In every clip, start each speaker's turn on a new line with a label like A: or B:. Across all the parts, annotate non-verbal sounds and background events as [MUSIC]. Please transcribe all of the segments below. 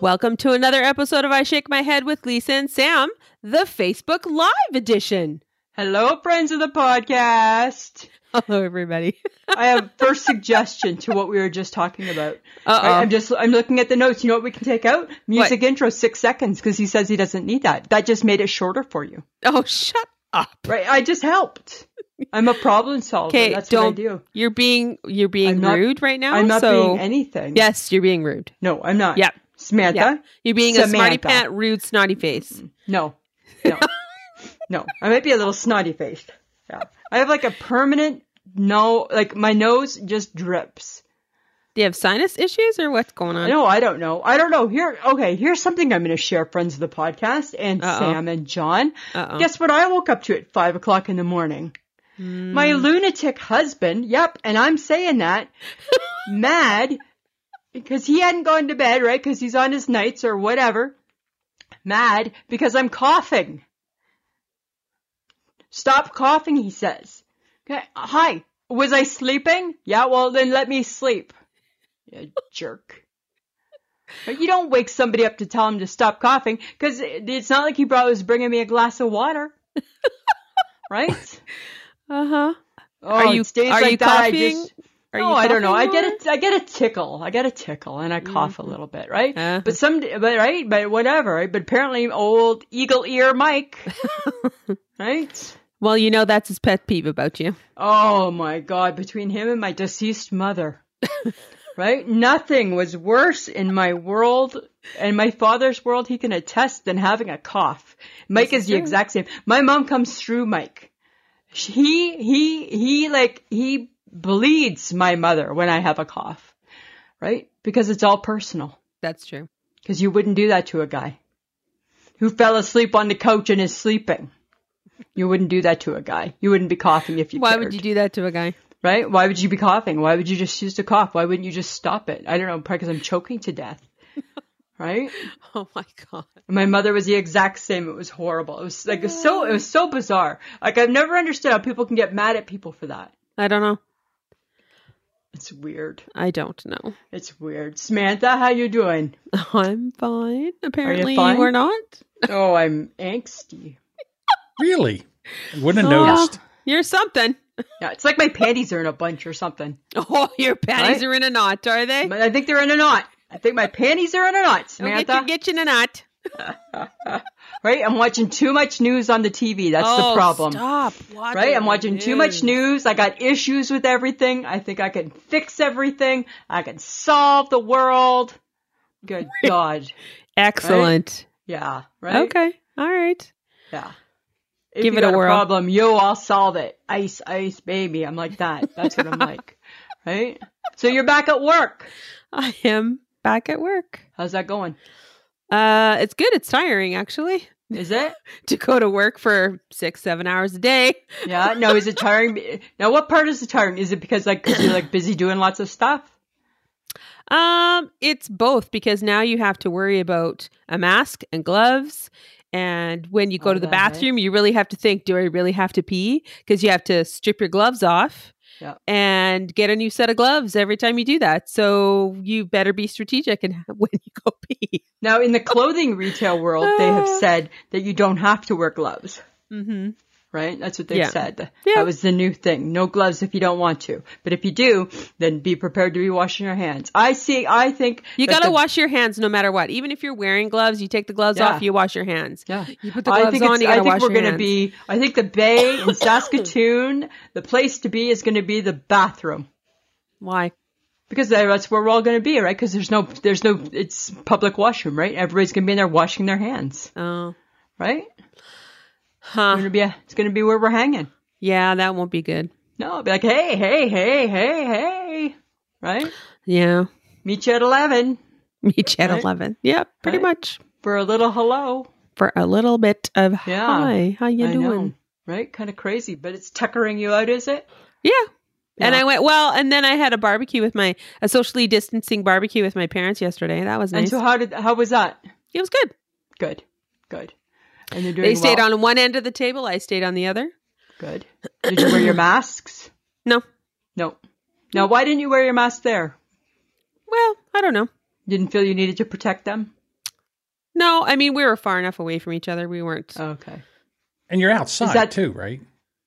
A: Welcome to another episode of I Shake My Head with Lisa and Sam, the Facebook Live
B: [LAUGHS]
A: edition.
B: Hello, friends of the podcast.
A: Hello, everybody. [LAUGHS]
B: I have first suggestion to what we were just talking about.
A: Uh
B: Right, I'm
A: oh.
B: just I'm looking at the notes. You know what we can take out? Music intro six seconds because he says he doesn't need that. That just made it shorter for you,
A: Oh, shut up.
B: right? I just helped. I'm a problem solver.
A: Okay,
B: That's
A: don't.
B: what I do.
A: You're being you're being
B: I'm not-
A: rude right now.
B: I'm not
A: so
B: being anything.
A: yes, you're being rude.
B: No, I'm not.
A: Yeah.
B: Samantha.
A: Yeah. You're being a smarty
B: Samantha.
A: pant, rude, snotty face.
B: No.
A: [LAUGHS]
B: No. no. I might be a little snotty faced. Yeah. I have like a permanent no. Like my nose just drips.
A: Do you have sinus issues or what's going on?
B: [LAUGHS] No, I don't know. I don't know. Here, okay, here's something I'm going to share, friends of the podcast, and
A: Uh-oh. Oh.
B: Sam and John.
A: Uh-oh.
B: Guess what? I woke up to at five o'clock in the morning.
A: Mm.
B: My lunatic husband, yep, and I'm saying that, mad because he hadn't gone to bed, right? Because he's on his nights or whatever. Mad because I'm coughing. Stop coughing, he says. Okay, hi, was I sleeping? Yeah, well, then let me sleep. You jerk. But you don't wake somebody up to tell him to stop coughing because it's not like he brought was bringing me a glass
A: [LAUGHS]
B: of water, right?
A: Uh-huh.
B: Oh,
A: Are you-
B: it's days
A: are
B: like
A: you
B: that, I
A: coughing?
B: just,
A: Are
B: no,
A: you
B: I don't know. I
A: coughing
B: get
A: more?
B: a, I get a tickle. I get a tickle, and I cough a little bit, right?
A: Uh-huh.
B: But some, but right, but whatever. Right? But apparently, old eagle
A: [LAUGHS]
B: ear Mike, right?
A: Well, you know that's his pet peeve about you.
B: Oh my God! Between him and my deceased mother, right? Nothing was worse in my world and my father's world. He can attest than having a cough. Mike is, the
A: true.
B: exact same. My mom comes through Mike. She- He he he like he bleeds my mother when I have a cough, right? Because it's all personal.
A: That's true.
B: Because you wouldn't do that to a guy who fell asleep on the couch and is sleeping. You wouldn't do that to a guy. You wouldn't be coughing if you.
A: Why
B: cared
A: would you do that to a guy?
B: right? Why would you be coughing? Why would you just choose to cough? Why wouldn't you just stop it? I don't know, probably because I'm choking
A: [LAUGHS]
B: to death, right?
A: Oh my god.
B: And my mother was the exact same. It was horrible. It was like so. It was so bizarre. Like I've never understood how people can get mad at people for that.
A: I don't know.
B: It's weird.
A: I don't know.
B: It's weird. Samantha, how you doing?
A: [LAUGHS] I'm fine. Apparently you,
B: fine?
A: were not.
B: Oh, I'm angsty.
C: Really? I wouldn't have
A: Oh.
C: noticed.
A: You're something. [LAUGHS]
B: Yeah, it's like my panties are in a bunch or something.
A: Oh, your panties
B: Right?
A: are in a knot, are they?
B: But I think they're in a knot. I think my panties are in a knot,
A: Don't
B: Samantha.
A: Get, your, get you in a knot.
B: Right? I'm watching too much news on the TV. That's
A: oh,
B: the problem.
A: Stop. Watching
B: Right? I'm watching
A: the
B: too much news. I got issues with everything. I think I can fix everything. I can solve the world. Good God.
A: Excellent.
B: Yeah. Right?
A: Okay. All right. [LAUGHS]
B: Yeah. If
A: Give
B: you
A: it a
B: got
A: whirl.
B: problem, yo, I'll solve it. Ice, ice, baby. I'm like that. That's what
A: [LAUGHS]
B: I'm like. Right? So you're back at work.
A: I am back at work.
B: How's that going?
A: Uh, it's good. It's tiring actually [LAUGHS]
B: Is it?
A: to go to work for six, seven hours a day.
B: Yeah. No, is it tiring? Now, what part is it tiring? Is it because like 'cause you're like busy doing lots of stuff?
A: Um, it's both because now you have to worry about a mask and gloves. And when you go
B: All
A: to the
B: that, right?
A: bathroom, you really have to think, do I really have to pee? Because you have to strip your gloves off
B: Yeah.
A: and get a new set of gloves every time you do that. So you better be strategic [LAUGHS] in when you go pee.
B: Now, in the clothing retail world,
A: [SIGHS]
B: they have said that you don't have to wear gloves.
A: Mm-hmm.
B: right? That's what they
A: Yeah.
B: said.
A: Yeah.
B: That was the new thing. No gloves if you don't want to. But if you do, then be prepared to be washing your hands. I see, I think.
A: You
B: that
A: got to
B: the-
A: wash your hands no matter what. Even if you're wearing gloves, you take the gloves
B: Yeah.
A: off, you wash your hands.
B: Yeah.
A: You put the gloves
B: I think,
A: on,
B: it's,
A: you got
B: I
A: to
B: think
A: wash
B: we're
A: your
B: going
A: hands.
B: to be, I think the Bay in Saskatoon, [LAUGHS] the place to be is going to be the bathroom.
A: Why?
B: Because there- that's where we're all going to be, right? Because there's no, there's no, it's public washroom, right? Everybody's going to be in there washing their hands,
A: Oh.
B: right? It's
A: Huh.
B: going to be, a- it's going to be where we're hanging.
A: Yeah, that won't be good.
B: No, I'll be like, hey, hey, hey, hey, hey, right?
A: Yeah.
B: Meet you at 11
A: [LAUGHS] Meet you at
B: Right?
A: 11. Yeah, pretty
B: Right?
A: much.
B: for a little hello.
A: For a little bit of
B: Yeah.
A: hi, how you
B: I
A: doing?
B: know, right? Kind of crazy, but it's tuckering you out, is it?
A: Yeah. And
B: Yeah.
A: I went, well, and then I had a barbecue with my, a socially distancing barbecue with my parents yesterday. That was
B: And
A: nice.
B: so, how did how was that?
A: it was good.
B: Good, good. And you're doing
A: They stayed
B: well?
A: on one end of the table. I stayed on the other.
B: Good. Did you wear your masks?
A: No.
B: No. Now, why didn't you wear your mask there?
A: Well, I don't know.
B: Didn't feel you needed to protect them.
A: No, I mean we were far enough away from each other. We weren't.
B: Okay.
C: And you're outside
B: that-
C: too, right?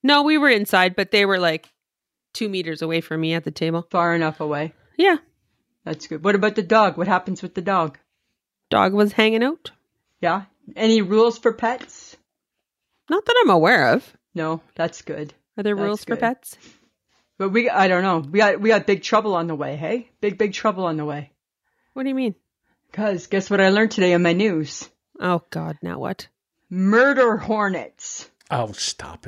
A: No, we were inside, but they were like two meters away from me at the table.
B: Far enough away.
A: Yeah,
B: That's good. What about the dog? What happens with the dog?
A: dog was hanging out.
B: Yeah. Any rules for pets?
A: Not that I'm aware of.
B: No, that's good.
A: Are there
B: That's
A: rules for
B: good.
A: pets?
B: But we I don't know. We got we got big trouble on the way, hey? Big big trouble on the way.
A: What do you mean?
B: Cuz guess what I learned today in my news?
A: Oh God, now what?
B: Murder hornets.
C: Oh, stop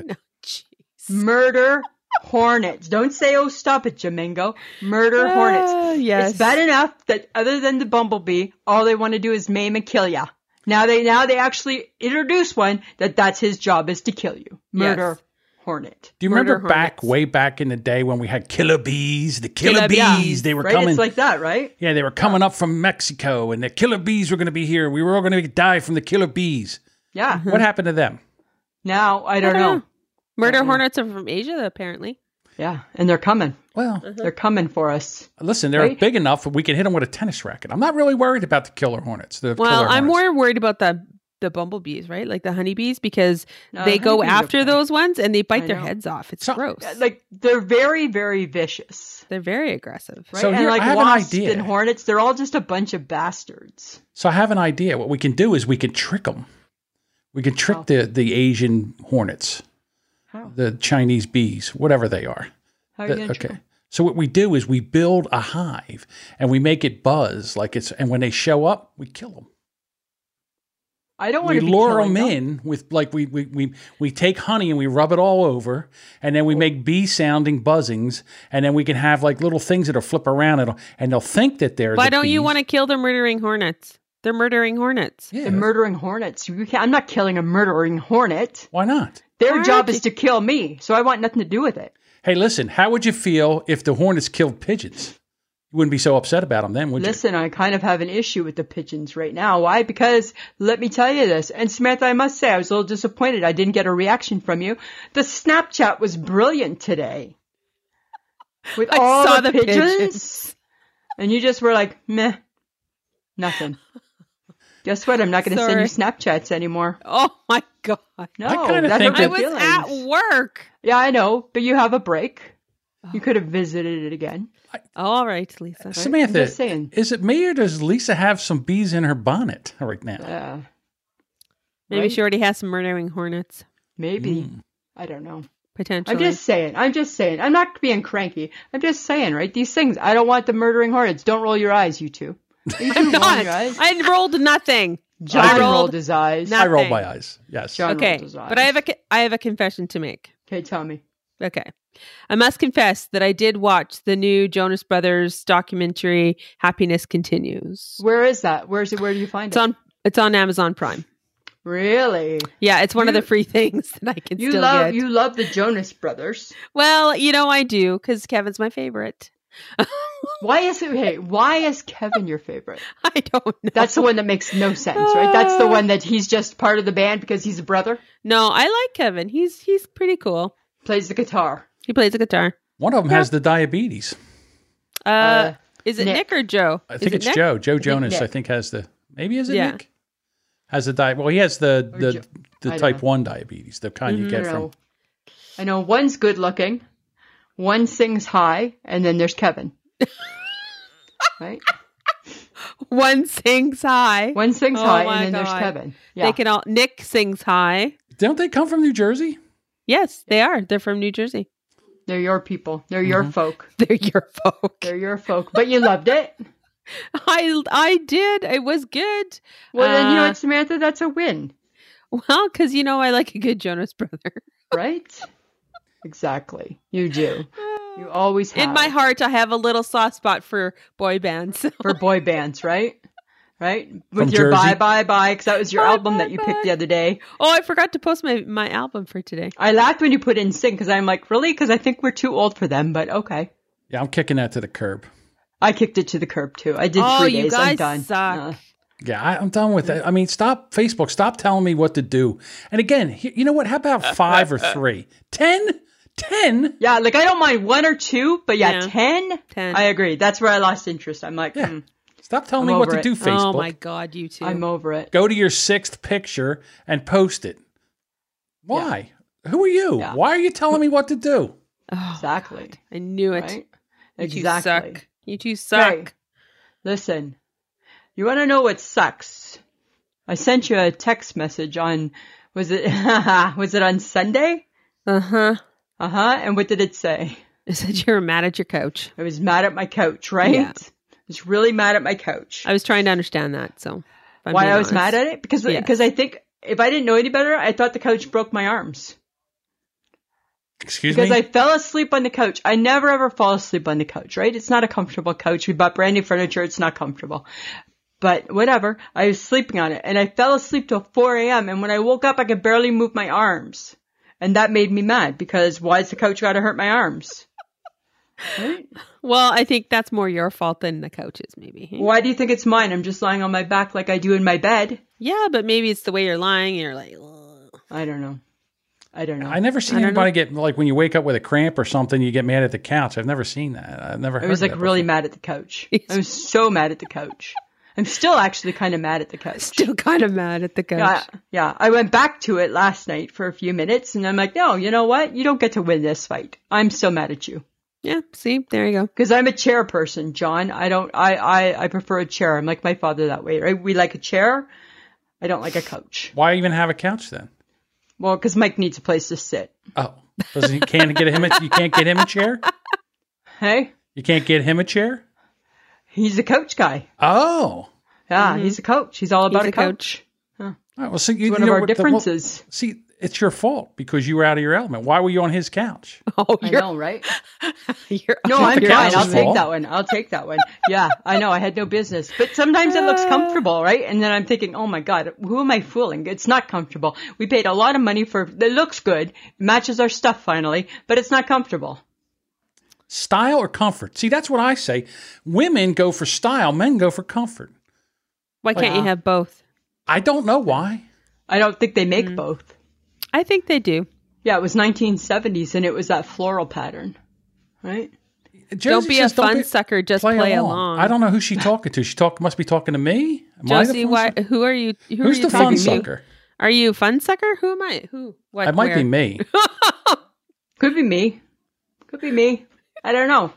A: [LAUGHS]
C: it.
A: Jeez.
B: Murder hornets. Don't say oh stop it, Jamingo. Murder
A: Ah,
B: hornets.
A: yes.
B: It's bad enough that other than the bumblebee, all they want to do is maim and kill ya. Now they now they actually introduce one that that's his job is to kill you. Murder
A: Yes.
B: hornet.
C: Do you
A: Murder
C: remember back
A: hornets.
C: way back in the day when we had killer bees? The killer,
A: Killer bees,
C: bees, they were
B: Right?
C: coming.
B: It's like that, right?
C: yeah, they were coming up from Mexico, and the killer bees were going to be here. We were all going to die from the killer bees.
B: Yeah.
A: Mm-hmm.
C: What happened to them?
B: Now I don't
A: I don't
B: know.
A: know. Murder
B: Uh-uh.
A: hornets are from Asia, apparently.
B: Yeah, and they're coming.
C: Well,
A: Uh, Mm-hmm.
B: They're coming for us.
C: listen, they're
B: Right?
C: big enough that we can hit them with a tennis racket. I'm not really worried about the killer hornets. The
A: Well,
C: killer
A: I'm
C: hornets.
A: more worried about the the bumblebees, right? Like the honeybees, because
B: No,
A: they go
B: Oh, honeybees are
A: after
B: fine.
A: those ones and they bite
B: I
A: their
B: know.
A: heads off. It's
C: So- uh,
A: gross.
B: Like they're very, very vicious.
A: They're very aggressive.
B: Right?
C: So
B: and
C: here-
B: like
C: I have an
B: wasps
C: idea.
B: and hornets, they're all just a bunch of bastards.
C: So I have an idea. What we can do is we can trick them. We can trick
A: Oh.
B: How?
C: the, the Asian hornets,
B: How?
C: the Chinese bees, whatever they are.
B: How are you
C: The-
B: gonna
C: okay.
B: try?
C: So what we do is we build a hive and we make it buzz like it's. And when they show up, we kill them.
B: I don't want
C: We
B: to be
C: lure
B: killing
C: them in with like we, we we we take honey and we rub it all over, and then we make bee sounding buzzings, and then we can have like little things that'll flip around and and they'll think that they're.
A: Why
C: the
A: don't you
C: bees.
A: want to kill the murdering hornets? They're murdering hornets.
C: Yeah.
B: The murdering hornets. You can't, I'm not killing a murdering hornet.
C: Why not?
B: Their
A: Why
B: job
A: aren't
B: is to kill me, so I want nothing to do with it.
C: Hey, listen, how would you feel if the Hornets killed pigeons? You wouldn't be so upset about them then, would you?
B: Listen, I kind of have an issue with the pigeons right now. Why? Because let me tell you this. And Samantha, I must say, I was a little disappointed. I didn't get a reaction from you. The Snapchat was brilliant today. With
A: I
B: all
A: saw
B: the,
A: the
B: pigeons.
A: pigeons. [LAUGHS]
B: And you just were like, meh, nothing. Guess what? I'm not going to send you Snapchats anymore.
A: Oh my god.
B: No,
C: I kinda
B: that
C: think
B: hurt
A: I
C: that-
B: my
A: was at
B: feelings.
A: work.
B: Yeah, I know, but you have a break.
A: Oh.
B: You could have visited it again.
A: All right, Lisa.
C: Samantha,
B: I'm just saying.
C: is it me or does Lisa have some bees in her bonnet right now?
B: Uh,
A: Maybe
B: right?
A: she already has some murdering hornets,
B: maybe. I don't know.
A: potentially.
B: I'm just saying. I'm just saying. I'm not being cranky. I'm just saying, right? These things. I don't want the murdering hornets. Don't roll your eyes,
A: [LAUGHS]
B: you two. You two
A: not.
B: rolling your eyes.
A: I rolled nothing.
B: John
A: I
B: rolled,
A: rolled
B: his eyes.
A: nothing.
C: I roll my eyes. Yes.
B: John
A: okay,
B: rolled his eyes.
A: but I have a co- I have a confession to make.
B: Okay, tell me.
A: Okay. I must confess that I did watch the new Jonas Brothers documentary Happiness Continues.
B: Where is that? Where is it? Where do you find
A: It's
B: it?
A: on it's on Amazon Prime.
B: Really?
A: Yeah, it's one of
B: You-
A: the free [LAUGHS] things that I can
B: You
A: still
B: love
A: get.
B: you love the Jonas Brothers.
A: Well, you know I do cuz Kevin's my favorite. [LAUGHS]
B: Why is it? Hey, why is Kevin your favorite?
A: I don't know.
B: That's the one that makes no sense, right? That's
A: [LAUGHS]
B: the one that he's just part of the band because he's a brother,
A: No, I like Kevin. He's he's pretty cool.
B: plays the guitar.
A: He plays the guitar.
C: One of them has the diabetes.
A: Uh,
B: Uh,
A: is it
B: Nick.
A: Nick, or Joe?
C: I
A: Is
C: think
A: it
C: it's
A: Nick?
C: Joe. Joe Jonas, I
B: Nick.
C: think, has the. Maybe is it
A: Yeah.
C: Nick? Has the diet. Well, he has the
B: Or
C: the,
B: Jo- I
C: the
B: don't
C: type
B: know. Mm-hmm.
C: 1 diabetes, the kind you
B: I
C: get
B: know.
C: from.
B: I know one's good looking, one sings high, and then there's Kevin.
C: [LAUGHS]
B: right?
A: [LAUGHS] One sings high.
B: One sings
A: Oh
B: high,
A: my
B: and then
A: God.
B: there's Kevin. Yeah.
A: They can all Nick sings high.
C: Don't they come from New Jersey?
A: Yes, they are. They're from New Jersey.
B: They're your people. They're
C: Mm-hmm.
B: your folk.
A: [LAUGHS] They're your folk.
B: They're your folk. But you loved it.
A: I I did. It was good.
B: Well, then you know
A: Uh,
B: what, Samantha? That's a win,
A: Well, because you know I like a good Jonas brother.
B: right? exactly. You do. You always have.
A: In my heart, I have a little soft spot for boy bands. [LAUGHS]
B: for boy bands, right? Right? With
C: From
B: your
C: Jersey?
B: Bye Bye Bye, because that was your
A: Bye,
B: album
A: bye,
B: that you
A: bye.
B: picked the other day.
A: oh, I forgot to post my my album for today.
B: I laughed when you put in Sing, because I'm like, really? Because I think we're too old for them, but okay.
C: Yeah, I'm kicking that to the curb.
B: I kicked it to the curb too. I did
A: Oh,
B: three
A: you
B: days. I'm
A: guys
B: done.
A: suck.
B: Uh,
C: Yeah, I, I'm done with that. I mean, stop Facebook. Stop telling me what to do. And again, he- you know what? How about five or three? Ten? Ten?
B: yeah, like I don't mind one or two, but yeah,
A: Yeah.
B: ten.
A: 10.
B: I agree. That's where I lost interest. I'm like,
C: Yeah.
B: hmm,
C: Stop telling
B: I'm
C: me what to
B: over it.
C: do, Facebook.
A: Oh my god, you two.
B: I'm over it.
C: Go to your sixth picture and post it. Why? Who are you?
B: Yeah.
C: Why are you telling me what to do?
A: Oh,
B: Exactly.
A: I knew it.
B: Right?
A: You two
B: Exactly.
A: suck. You two suck.
B: Okay. Listen, you want to know what sucks? I sent you a text message on was it [LAUGHS] was it on Sunday?
A: Uh [LAUGHS] huh.
B: Uh huh. And what did it say?
A: I said you were mad at your coach.
B: I was mad at my coach, right?
A: Yeah.
B: I was really mad at my coach.
A: I was trying to understand that. So if I'm
B: Why
A: being
B: I was
A: honest.
B: mad at it? Because
A: Yes.
B: because I think if I didn't know any better, I thought the coach broke my arms
C: Excuse
B: because
C: me.
B: I fell asleep on the couch. I never ever fall asleep on the couch, right? It's not a comfortable couch. We bought brand new furniture. It's not comfortable. But whatever. I was sleeping on it and I fell asleep till 4 a.m. And when I woke up, I could barely move my arms. And that made me mad because why's the couch gotta hurt my arms? Right?
A: Well, I think that's more your fault than the coach's, maybe.
B: Why do you think it's mine? I'm just lying on my back like I do in my bed.
A: Yeah, but maybe it's the way you're lying. And you're like, "Ugh."
B: I don't know. I don't know.
C: I never seen
A: I don't
C: anybody get like when you wake up with a cramp or something, you get mad at the couch. I've never seen that. I've never.
B: I
C: Heard
B: was
C: of
B: like
C: that
B: really mad at the [LAUGHS] couch. I was so mad at the couch. I'm still actually kind of mad at the couch.
A: still kind of mad at the coach.
B: Yeah, yeah. I went back to it last night for a few minutes, and I'm like, no, you know what? You don't get to win this fight. I'm still mad at you
A: Yeah, see, there you go.
B: because I'm a chair person, John. I don't. I, I I prefer a chair. I'm like my father that way, right? We like a chair. I don't like a couch.
C: Why even have a couch then?
B: Well, because Mike needs a place to sit.
C: Oh, [LAUGHS] does he can't get him? A, you can't get him a chair.
B: Hey,
C: You can't get him a chair.
B: he's a coach guy.
C: Oh,
B: Yeah, he's a coach. Mm-hmm. He's all about
A: He's
B: a
A: a coach.
B: coach.
C: All right, well, see, you,
B: One
C: you
B: of
C: know
B: our
C: what the- well,
B: differences.
C: see, it's your fault because you were out of your element. Why were you on his couch?
A: [LAUGHS] Oh,
B: I
A: you're,
B: know, right?
A: you're
B: No,
A: on
B: I'm
A: your
C: the
B: fine.
A: couch.
C: couch
B: I'll
C: is
B: take
C: wrong.
B: that one. I'll take that one. Yeah, I know. I had no business. But sometimes it
C: Uh.
B: looks comfortable, right? And then I'm thinking, oh my God, who am I fooling? It's not comfortable. We paid a lot of money for it. looks good. It matches our stuff finally, but it's not comfortable.
C: Style or comfort? See, that's what I say. Women go for style. Men go for comfort.
A: Why can't you have both?
C: I don't know why.
B: I don't think they
C: Mm.
B: make both.
A: I think they do.
B: Yeah, it was 1970s and it was that floral pattern, right?
C: Josie
A: be a
C: says,
A: fun sucker, just play along.
C: I don't know who she's talking to. She talk must be talking to me. Am I the
A: Josie,
C: fun
A: why?
C: sucker?
A: Who are you? Who
C: Who's
A: are you
C: the fun
A: talking to?
C: sucker?
A: Are you fun sucker? Who am I? Who? What?
C: It might
A: where?
C: be me.
B: Could be me. Could be me. I don't know.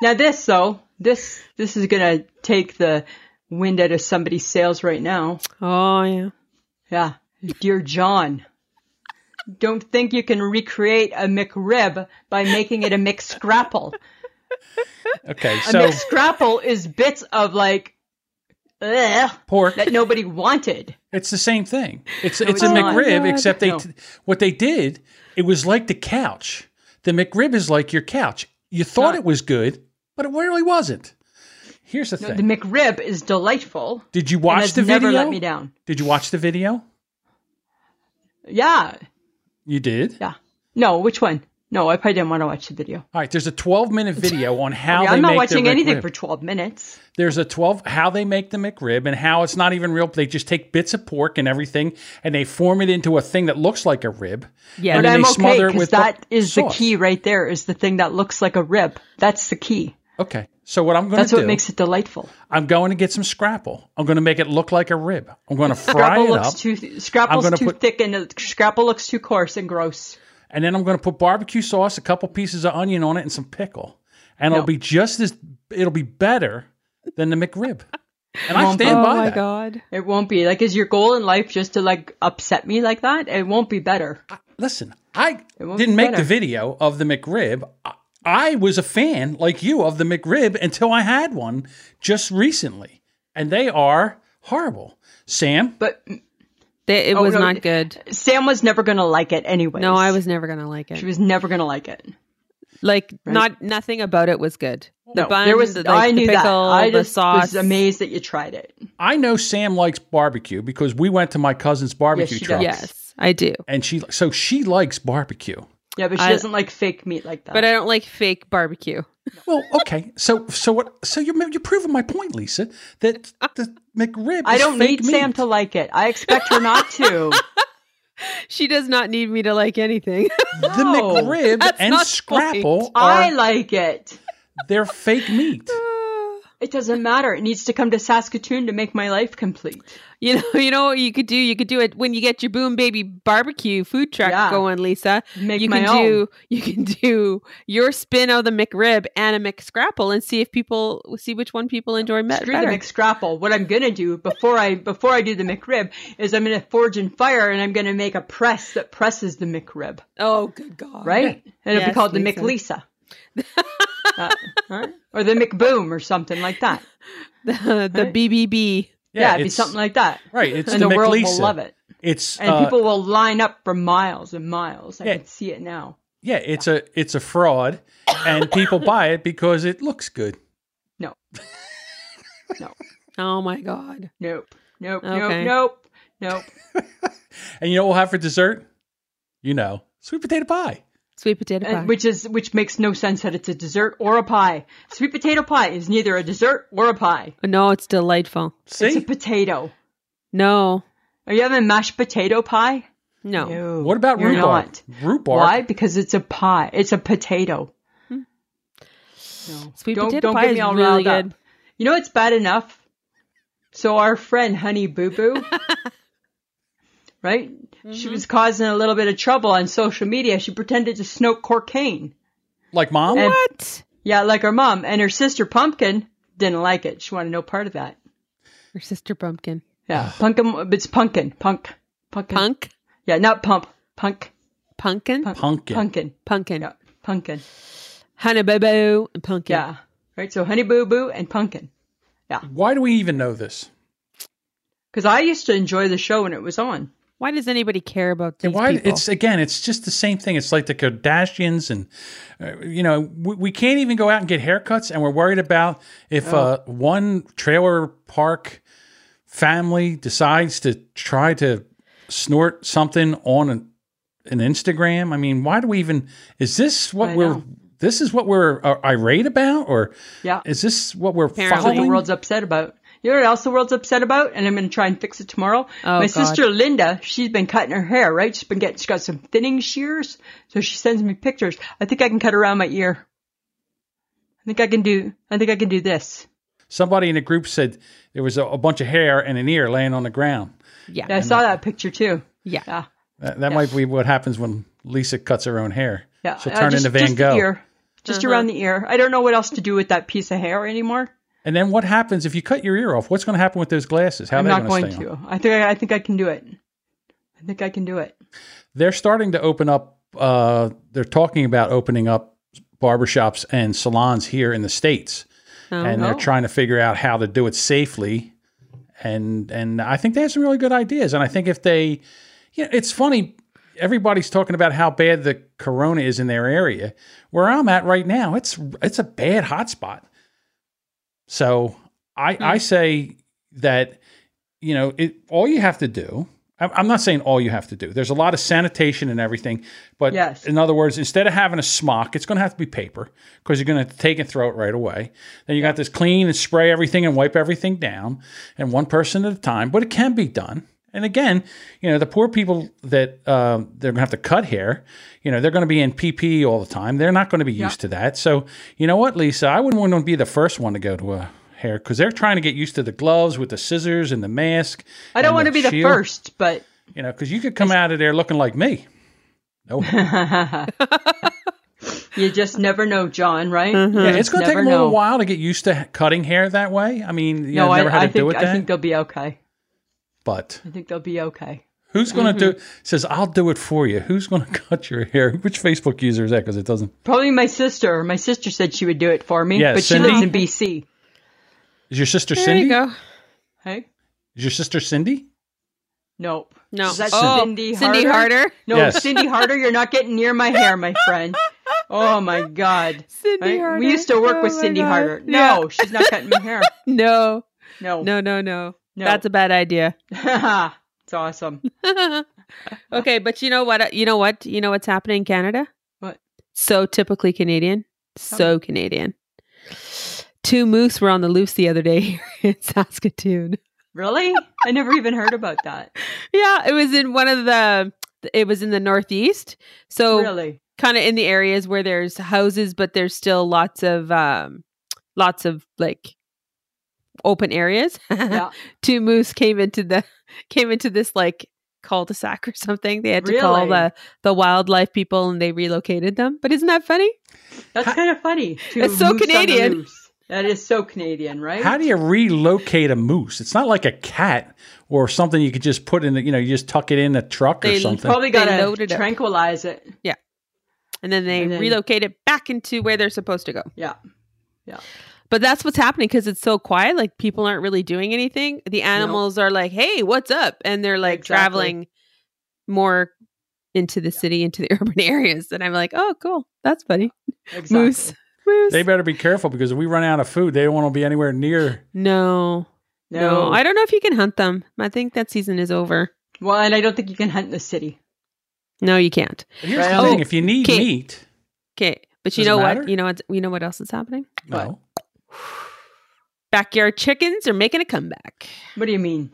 B: Now this though, this this is gonna take the wind out of somebody's sails right now.
A: Oh yeah.
B: Yeah. Dear John, don't think you can recreate a McRib by making it a McScrapple.
A: [LAUGHS]
C: Okay,
B: A
C: so
B: McScrapple is bits of like, ugh,
C: pork.
B: that nobody wanted.
C: It's the same thing. It's it's a
B: it's not.
A: Oh
C: McRib,
A: my
C: except they
B: God.
C: t- what they did. It was like the couch. The McRib is like your couch. You thought it was good, but it really wasn't. Here's the
B: No,
C: thing.
B: the McRib is delightful.
C: did you
B: and
C: watch
B: has
C: the video?
B: never let me down.
C: Did you watch the video?
B: Yeah.
C: You did.
B: Yeah. No, which one? No, I probably didn't want to watch the video.
C: All right. There's a 12 minute video
B: [LAUGHS]
C: on how
B: Yeah,
C: they
B: I'm
C: make
B: not watching
C: their
B: anything
C: McRib.
B: for 12 minutes.
C: There's a 12 how they make the McRib and how it's not even real. They just take bits of pork and everything and they form it into a thing that looks like a rib.
A: Yeah.
C: And
B: But
C: then
B: I'm
C: they
B: okay
C: smother it
B: because
C: with
B: that
C: bu-
B: is
C: sauce.
B: the key right there is the thing that looks like a rib. That's the key.
C: Okay. So what I'm going
B: That's
C: to do
B: what makes it delightful.
C: I'm going to get some scrapple. I'm going to make it look like a rib. I'm going to
B: [LAUGHS]
C: fry
B: Scrapple
C: it
B: looks
C: up,
B: too
C: I'm
B: Scrapple's
C: gonna
B: too
C: put-
B: thick and it- Scrapple looks too coarse and gross.
C: and then I'm going to put barbecue sauce, a couple pieces of onion on it, and some pickle, and it'll
B: No.
C: be just as it'll be better than the McRib. And I
B: Won't be.
C: stand
A: oh
C: by
A: my
C: that.
A: god.
B: It won't be like is your goal in life just to like upset me like that? It won't be better.
C: I- Listen, I
B: won't
C: didn't
B: be
C: make the
B: better.
C: video of the McRib. I, I was a fan like you of the McRib until I had one just recently, and they are horrible. Sam,
B: But
A: They, it was
B: no.
A: not good.
B: Sam was never gonna like it anyway.
A: No, I was never gonna like it.
B: She was never gonna like it.
A: like not nothing about it was good. The
B: No,
A: bun,
B: there was
A: the, like,
B: I
A: the
B: knew that.
A: pickle,
B: I
A: the
B: just
A: sauce.
B: was amazed that you tried it.
C: I know Sam likes barbecue because we went to my cousin's barbecue
B: she does.
C: truck.
A: Yes, I do.
C: and she so she likes barbecue.
B: Yeah, but she
A: I-
B: doesn't like fake meat like that.
A: But I don't like fake barbecue.
C: Well, okay, so so what? So you're you're proving my point, Lisa, that the McRib.
B: I
C: is
B: don't
C: fake
B: need Sam
C: meat.
B: to like it. I expect her
A: [LAUGHS]
B: not to.
A: She does not need me to like anything. [LAUGHS]
C: the
B: No.
C: McRib
A: That's
C: and
A: not the point.
C: Scrapple are
B: I like it.
C: they're fake meat.
B: It doesn't matter. It needs to come to Saskatoon to make my life complete.
A: You know, you know what you could do? You could do it when you get your boom baby barbecue food truck
B: Yeah.
A: going, Lisa.
B: Make
A: you
B: my
A: can
B: own.
A: do you can [LAUGHS] do your spin of the McRib and a McScrapple and see if people see which one people enjoy me-
B: Screw
A: better.
B: the McScrapple. What I'm gonna do before I before I do the McRib is I'm gonna forge and fire and I'm gonna make a press that presses the McRib,
A: oh, good god!
B: right? And it'll be
A: Yes,
B: called the
A: Lisa.
B: McLisa, Uh, right? or the McBoom, or something like that.
A: [LAUGHS] the
B: Right?
A: BBB.
B: [LAUGHS] Yeah, it'd be
C: it's-
B: something like that.
C: Right, it's
B: [LAUGHS] and
C: the,
B: the, world
C: McLisa.
B: will love it,
C: It's
B: and
C: uh,
B: people will line up for miles and miles. I
C: Yeah.
B: can see it now.
C: yeah, it's a it's a fraud, and
B: [LAUGHS]
C: people buy it because it looks good.
A: Oh my god!
B: Nope, nope,
A: Okay.
B: nope,
A: [LAUGHS]
B: nope, nope.
C: And you know what we'll have for dessert? You know, sweet potato pie.
A: Sweet potato pie.
B: And, which is which makes no sense that it's a dessert or a pie. Sweet potato pie is neither a dessert or a pie.
A: Oh, no, it's delightful.
B: It's a
C: See,
B: potato.
A: No,
B: Are you having mashed potato pie?
A: no.
C: what about
B: You're
C: rhubarb?
B: not.
C: Rhubarb.
B: Why? Because it's a pie. It's a potato. No.
A: Hmm. Sweet
B: Don't-
A: potato
B: don't
A: pie
B: get
A: is
B: me all
A: really
B: riled
A: good.
B: Up. You know it's bad enough. So our friend Honey Boo Boo,
A: [LAUGHS]
B: right?
A: Mm-hmm.
B: She was causing a little bit of trouble on social media. She pretended to smoke cocaine.
C: Like mom?
B: And-
A: What?
B: Yeah, like her mom and her sister Pumpkin didn't like it. She wanted no part of that.
A: Your sister pumpkin.
C: [SIGHS]
B: Yeah, Pumpkin. It's Pumpkin. Punk. Pumpkin.
A: Punk.
B: Yeah, not pump. Punk.
A: Pumpkin.
B: Punk.
C: Pumpkin.
B: Pumpkin.
A: Pumpkin.
B: Yeah, pumpkin.
A: Honey boo boo and pumpkin.
B: Yeah. Right. So honey boo boo and pumpkin.
C: Why do we even know this?
B: Because I used to enjoy the show when it was on.
A: Why does anybody care about these
C: And why?
A: people?
C: It's again, it's just the same thing. It's like the Kardashians, and uh, you know, we, we can't even go out and get haircuts, and we're worried about if uh, one trailer park family decides to try to snort something on an, an Instagram. I mean, why do we even? Is this what
B: I
C: we're?
B: know.
C: This is what we're uh, irate about, or
B: Yeah.
C: is this what we're
A: Apparently.
B: That's what the
C: following?
B: world's upset about. You know what else the world's upset about? And I'm going to try and fix it tomorrow.
A: Oh,
B: My
A: God.
B: sister Linda, she's been cutting her hair, right? She's been getting, she's got some thinning shears. So she sends me pictures. I think I can cut around my ear. I think I can do, I think I can do this.
C: Somebody in the group said there was a, a bunch of hair and an ear laying on the ground.
A: yeah.
B: Yeah, I saw that picture too.
A: Yeah.
B: Yeah.
C: That, that might be what happens when Lisa cuts her own hair.
B: Yeah.
C: She'll
B: Uh,
C: turn
B: just-
C: into Van
B: just the
C: Gogh.
B: ear. Just
A: Uh-huh.
B: around the ear. I don't know what else to do with that piece of hair anymore.
C: And then what happens if you cut your ear off? What's going to happen with those glasses? How are
B: I'm
C: they
B: not
C: going
B: going
C: to stay on?
B: to. I think I, I think I can do it. I think I can do it.
C: They're starting to open up. Uh, they're talking about opening up barbershops and salons here in the states, and they're
B: Oh.
C: trying to figure out how to do it safely. And and I think they have some really good ideas. And I think if they, you know, it's funny. Everybody's talking about how bad the corona is in their area. Where I'm at right now, it's it's a bad hotspot. So I
B: Hmm.
C: I say that you know it all you have to do. I'm I'm not saying all you have to do. There's a lot of sanitation and everything, but
B: Yes.
C: in other words, instead of having a smock, it's going to have to be paper because you're going to have to take and throw it right away. Then you got this clean and spray everything and wipe everything down, and one person at a time. But it can be done. And again, you know the poor people that um, they're going to have to cut hair. You know they're going to be in PP all the time. They're not going to be used to that. So you know what, Lisa, I wouldn't want to be the first one to go to a hair because they're trying to get used to the gloves with the scissors and the mask.
B: I don't
C: and
B: want to be the
C: shield.
B: first, but [LAUGHS]
C: You know, because you could come out of there looking like me. No, yeah,
B: you just never know, John. Right?
A: Mm-hmm.
C: it's going to take
B: Never
C: them a little
B: know.
C: while to get used to cutting hair that way. I mean, you
B: No,
C: know, never
B: I,
C: had
B: I
C: to do
B: think
C: it
B: I think
C: that.
B: they'll be okay.
C: But
B: I think they'll be okay.
C: who's going to
B: Mm-hmm.
C: do? Says I'll do it for you. Who's going to [LAUGHS] cut your hair? Which Facebook user is that? Because it doesn't.
B: Probably my sister. My sister said she would do it for me,
C: Yeah,
B: but
C: Cindy?
B: she lives in BC.
C: Is your sister
A: there
C: Cindy?
A: you go.
B: Hey,
C: Is your sister Cindy?
B: nope.
A: No.
B: Is that
A: oh,
B: Cindy
A: Cindy
B: Harder? [LAUGHS]
A: Harder.
B: No,
C: Yes.
B: Cindy Harder, you're not getting near my hair, my friend. Oh my God.
A: Cindy
B: Right?
A: Harder.
B: We used to work
A: Oh
B: with
A: my
B: Cindy
A: God.
B: Harder.
A: Yeah.
B: No, she's not cutting my hair.
A: No.
B: No.
A: [LAUGHS] No. No. No.
B: No.
A: That's a bad idea. [LAUGHS]
B: it's awesome.
A: okay, but you know what? uh, You know what? You know what's happening in Canada?
B: What?
A: So typically Canadian. So Canadian. Two moose were on the loose the other day [LAUGHS] here in Saskatoon. [LAUGHS]
B: Really? I never even heard about that.
A: Yeah, it was in one of the. It was in the northeast, [LAUGHS] so
B: Really?
A: kind of in the areas where there's houses, but there's still lots of um, lots of like open areas.
B: Yeah.
A: [LAUGHS] Two moose came into the came into this like cul-de-sac or something. They had to call
B: Really?
A: the the wildlife people and they relocated them. But isn't that funny?
B: That's
C: How-
B: kind of funny. to
A: That's so
B: moose on the
A: Canadian.
B: loose. That is so Canadian, right?
C: How do you relocate a moose? It's not like a cat or something you could just put in the, you know, you just tuck it in a truck or
A: They
C: something.
B: Probably
A: They
B: got
A: load
B: to
A: it up.
B: tranquilize it.
A: And then they
B: And then-
A: relocate it back into where they're supposed to go.
B: Yeah.
A: But that's what's happening because it's so quiet. Like people aren't really doing anything. The animals are like, "Hey, what's up?" And they're like
B: Exactly.
A: traveling more into the city, into the [LAUGHS] urban areas. And I'm like, "Oh, cool. That's funny."
B: Exactly.
A: Moose, moose.
C: they better be careful because if we run out of food, they don't want to be anywhere near.
A: no, no,
B: No.
A: I don't know if you can hunt them. I think that season is over.
B: well, and I don't think you can hunt in the city.
A: No, you can't.
C: Here's
B: Right.
C: the
A: Oh,
C: thing: if you need
A: okay.
C: meat,
A: Okay, but you
C: Does it
A: know what?
C: matter?
A: You know what? You know what else is happening? [SIGHS]
C: no.
A: Backyard chickens are making a comeback.
B: What do you mean?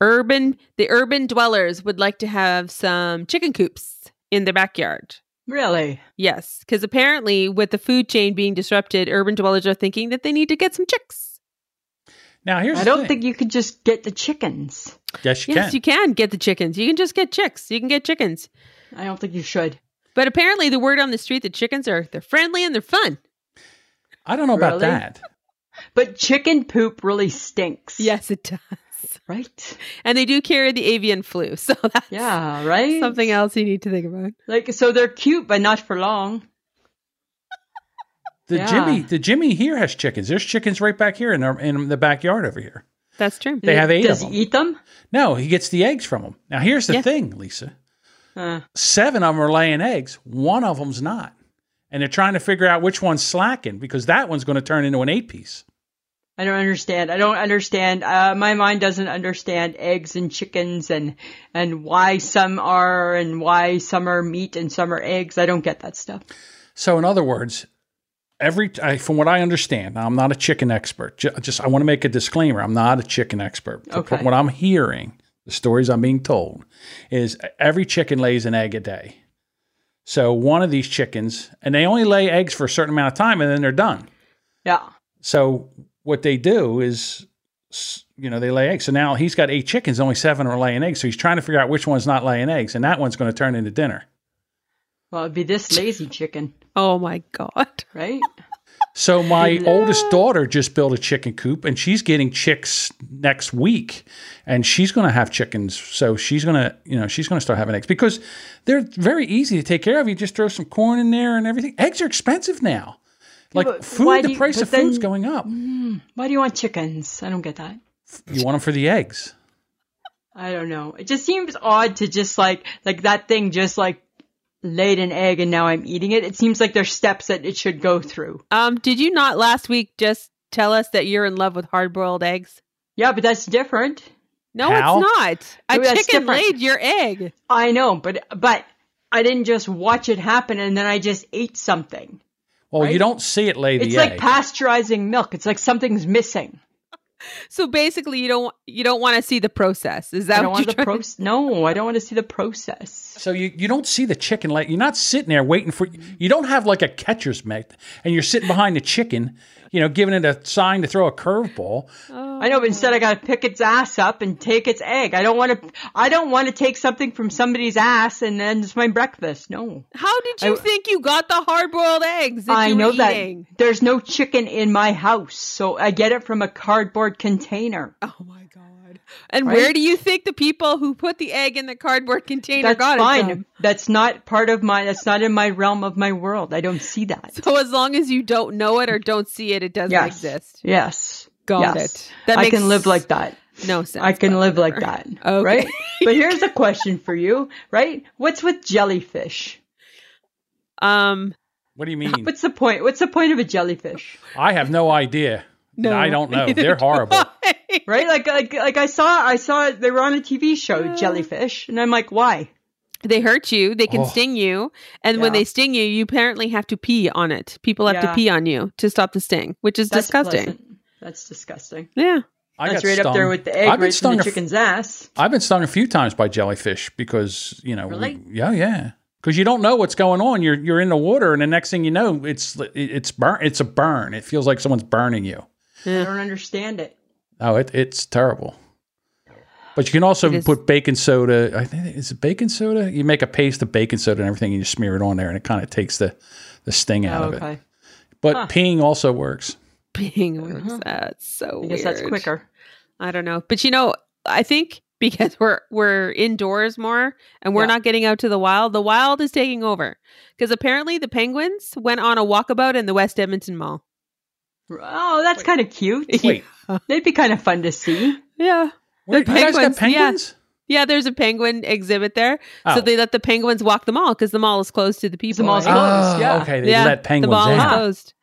A: Urban, the urban dwellers would like to have some chicken coops in their backyard.
B: Really?
A: Yes, because apparently, with the food chain being disrupted, urban dwellers are thinking that they need to get some chicks.
C: Now here's
B: I
C: the
B: don't
C: thing.
B: think you could just get the chickens.
C: yes, you
A: yes,
C: can.
A: you can get the chickens. You can just get chicks. You can get chickens.
B: I don't think you should.
A: But apparently, the word on the street that chickens are they're friendly and they're fun.
C: I don't know
B: Really?
C: about that.
B: But chicken poop really stinks.
A: Yes, it does.
B: Right?
A: And they do carry the avian flu, [LAUGHS] so that's
B: Yeah, right?
A: something else you need to think about.
B: Like, so they're cute, but not for long.
C: The
B: Yeah.
C: Jimmy, the Jimmy here has chickens. There's chickens right back here in our, in the backyard over here.
A: That's true.
C: They have eight
B: Does
C: of
B: he
C: them.
B: eat them?
C: No, he gets the eggs from them. Now here's the
A: Yeah.
C: thing, Lisa.
B: Uh,
C: Seven of them are laying eggs. One of them's not, and they're trying to figure out which one's slacking because that one's going to turn into an eight piece.
B: I don't understand. I don't understand. Uh, my mind doesn't understand eggs and chickens and and why some are and why some are meat and some are eggs. I don't get that stuff.
C: So, in other words, every I, from what I understand, now I'm not a chicken expert. Ju- Just I want to make a disclaimer: I'm not a chicken expert. But
B: Okay.
C: From what I'm hearing, the stories I'm being told is e, every chicken lays an egg a day. So one of these chickens, and they only lay eggs for a certain amount of time, and then they're done.
B: Yeah.
C: So what they do is, s- you know, they lay eggs. So now he's got eight chickens, only seven are laying eggs. So he's trying to figure out which one's not laying eggs, and that one's going to turn into dinner.
B: Well, it'd be this lazy chicken,
A: Oh my god!
B: right?
C: So my
B: Yeah.
C: oldest daughter just built a chicken coop and she's getting chicks next week and she's going to have chickens. So she's going to, you know, she's going to start having eggs because they're very easy to take care of. You just throw some corn in there and everything. Eggs are expensive now. Like
B: but why do
C: food, the
B: you-
C: price
B: but
C: of food's
B: then-
C: going up.
B: Why do you want chickens? I don't get that.
C: You want them for the eggs.
B: I don't know. It just seems odd to just like like that thing just like laid an egg and now I'm eating it. It seems like there's steps that it should go through.
A: Um, did you not last week just tell us that you're in love with hard-boiled eggs?
B: Yeah, but that's different.
A: No,
C: How?
A: it's not. A
B: Ooh, that's
A: chicken
B: different.
A: laid your egg.
B: I know, but but I didn't just watch it happen and then I just ate something.
C: Well,
B: Right?
C: you don't see it lay the
B: It's
C: egg.
B: like pasteurizing milk. It's like something's missing.
A: So basically, you don't you don't want to see the process. Is
B: I
A: that
B: don't
A: what
B: want
A: you're
B: the
A: trying?
B: process. No, I don't want to see the process.
C: So you, you don't see the chicken like you're not sitting there waiting for you don't have like a catcher's mitt and you're sitting behind the chicken, you know, giving it a sign to throw a curveball.
B: I know, but instead I got to pick its ass up and take its egg. I don't want to. I don't want to take something from somebody's ass and then it's my breakfast. No.
A: How did you
B: I-
A: think you got the hard-boiled eggs that
B: I
A: you
B: know
A: were eating?
B: that there's no chicken in my house, so I get it from a cardboard container.
A: Oh my god! And where
B: Right?
A: do you think the people who put the egg in the cardboard container
B: That's
A: got it
B: fine.
A: from?
B: That's not part of my. That's not in my realm of my world. I don't see that.
A: [LAUGHS] So as long as you don't know it or don't see it, it doesn't
B: Mm. Yes.
A: exist.
B: Yes.
A: Got
B: Yes.
A: it. That
B: I
A: makes
B: can live like that.
A: No sense.
B: I can
A: but
B: live like
A: whatever.
B: that.
A: Okay.
B: Right?
A: [LAUGHS]
B: But here's a question for you, right? What's with jellyfish?
A: Um, [LAUGHS]
C: What do you mean?
B: What's the point? What's the point of a jellyfish?
C: I have no idea.
A: No,
C: I don't
B: [LAUGHS]
C: know.
A: neither
C: They're
A: do
C: horrible.
A: I.
B: Right? Like like like I saw I saw they were on a TV show, jellyfish, and I'm like, why?
A: they hurt you. They can
C: Oh.
A: sting you, and when
B: Yeah.
A: they sting you, you apparently have to pee on it. People have to
B: Yeah.
A: pee on you to stop the sting, which is
B: That's
A: disgusting.
B: pleasant. That's disgusting.
A: Yeah.
C: I
B: That's
C: got
B: right up there
C: stung.
B: with the egg
C: I've been
B: right from
C: stung.
B: the
C: A,
B: chicken's ass.
C: have been stung a few times by jellyfish because you know. we-
B: Really?
C: yeah, yeah. Because you don't know what's going on. You're you're in the water, and the next thing you know, it's it's burn. It's a burn. It feels like someone's burning you.
B: I don't understand it.
C: Oh, it, it's terrible. But you can also
A: is.
C: put baking soda. I think is it baking soda. You make a paste of baking soda and everything, and you smear it on there, and it kind of takes the the sting out
B: Oh,
C: of it.
B: okay.
C: But
B: Huh.
C: peeing also
B: [LAUGHS]
C: works.
A: [LAUGHS] Being works. That's so
B: I guess that's
A: weird.
B: quicker.
A: I don't know. But you know, I think [LAUGHS] because we're we're indoors more and we're
B: Yeah.
A: not getting out to the wild, the wild is taking over. Because apparently the penguins went on a walkabout in the West Edmonton Mall.
B: Oh, that's kind of cute.
C: Wait,
B: [LAUGHS] They'd be kind of fun to see.
A: Yeah.
C: wait you guys got
A: penguins, yeah.
C: penguins?
A: Yeah, there's a penguin exhibit there.
C: Oh.
A: So they let the penguins walk the mall because the mall is closed to the people.
B: mall's
A: right?
B: closed.
C: Oh,
B: yeah.
C: okay. They
A: Yeah,
C: let
A: The
C: penguins
A: mall
C: in.
A: is
B: yeah.
A: closed.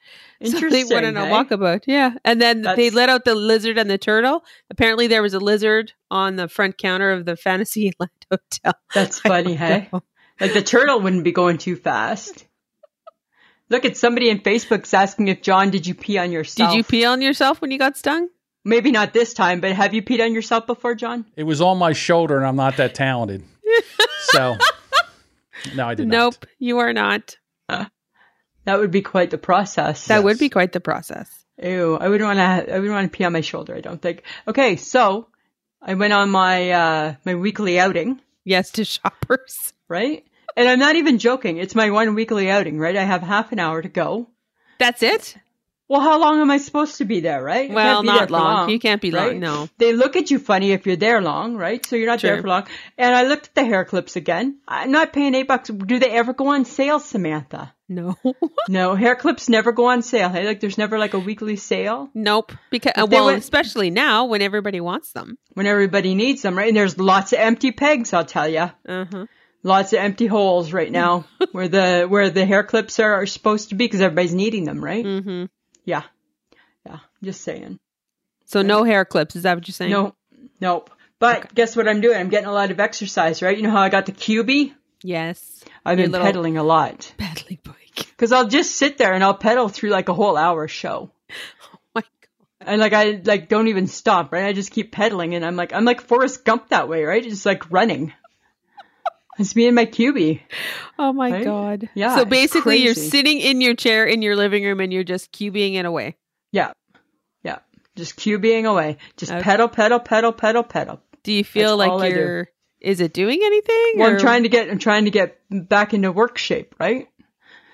A: So
B: Interesting.
A: they went on a
B: eh?
A: walkabout. Yeah. And then they
B: That's-
A: let out the lizard and the turtle. Apparently there was a lizard on the front counter of the [LAUGHS] Fantasyland Hotel.
B: That's funny,
C: [LAUGHS]
B: hey? Like the turtle wouldn't be going too fast. Look at somebody in Facebook's asking if John, did you pee on
A: Did
B: yourself?
A: you pee on yourself when you got stung?
B: Maybe not this time, but have you peed on yourself before, John?
C: It was on my shoulder, and I'm not that talented. so, no, I did not.
A: Nope, you are not.
B: That would be quite the process.
A: That would
C: Yes.
A: be quite the process.
B: Ew, I wouldn't want to. I wouldn't want to pee on my shoulder. I don't think. Okay, so I went on my uh, my weekly outing,
A: Yes to [LAUGHS] shoppers.
B: right? And I'm not even joking. It's my one weekly outing, right? I have half an hour to go.
A: That's it.
B: Well, how long am I supposed to be there, right? I
A: Well,
B: can't be there
A: not
B: for
A: long. You can't be
B: right?
A: long. No.
B: They look at you funny if you're there long, right? So you're not there
A: True.
B: for long. And I looked at the hair clips again. I'm not paying eight bucks. Do they ever go on sale, Samantha?
A: No. [LAUGHS]
B: No, hair clips never go on sale. Hey, like there's never like a weekly sale
A: nope. Because uh,
B: they
A: well,
B: went-
A: especially now when everybody wants them.
B: when everybody needs them, right? And there's lots of empty pegs, I'll tell you.
A: Uh-huh.
B: Lots of empty holes
A: [LAUGHS]
B: right now where the where the hair clips are, are supposed to be because everybody's needing them, right?
A: Mhm.
B: Yeah. Yeah, just saying.
A: So no hair clips, is that what you're saying?
B: No, nope. But guess what I'm doing? I'm getting a lot of exercise, right? You know how I got the QB?
A: Yes.
B: I've
A: Your
B: been
A: little-
B: pedaling a lot
A: Pedaling bike.
B: because I'll just sit there and I'll pedal through like a whole hour show,
A: [LAUGHS] My
B: and like I like don't even stop, right? I just keep pedaling, and I'm like I'm like Forrest Gump that way, right? Just like running. [LAUGHS] It's me and my QB.
A: Oh my
B: Right?
A: god.
B: Yeah,
A: So
B: it's
A: basically you're
B: crazy.
A: sitting in your chair in your living room and you're just cubing it away.
B: Yeah, yeah, just QBing away. Just
A: Okay.
B: pedal, pedal, pedal, pedal, pedal.
A: Do you feel
B: That's all I
A: like
B: do.
A: you're is it doing anything?
B: Well,
A: or-
B: I'm trying to get I'm trying to get back into work shape, right?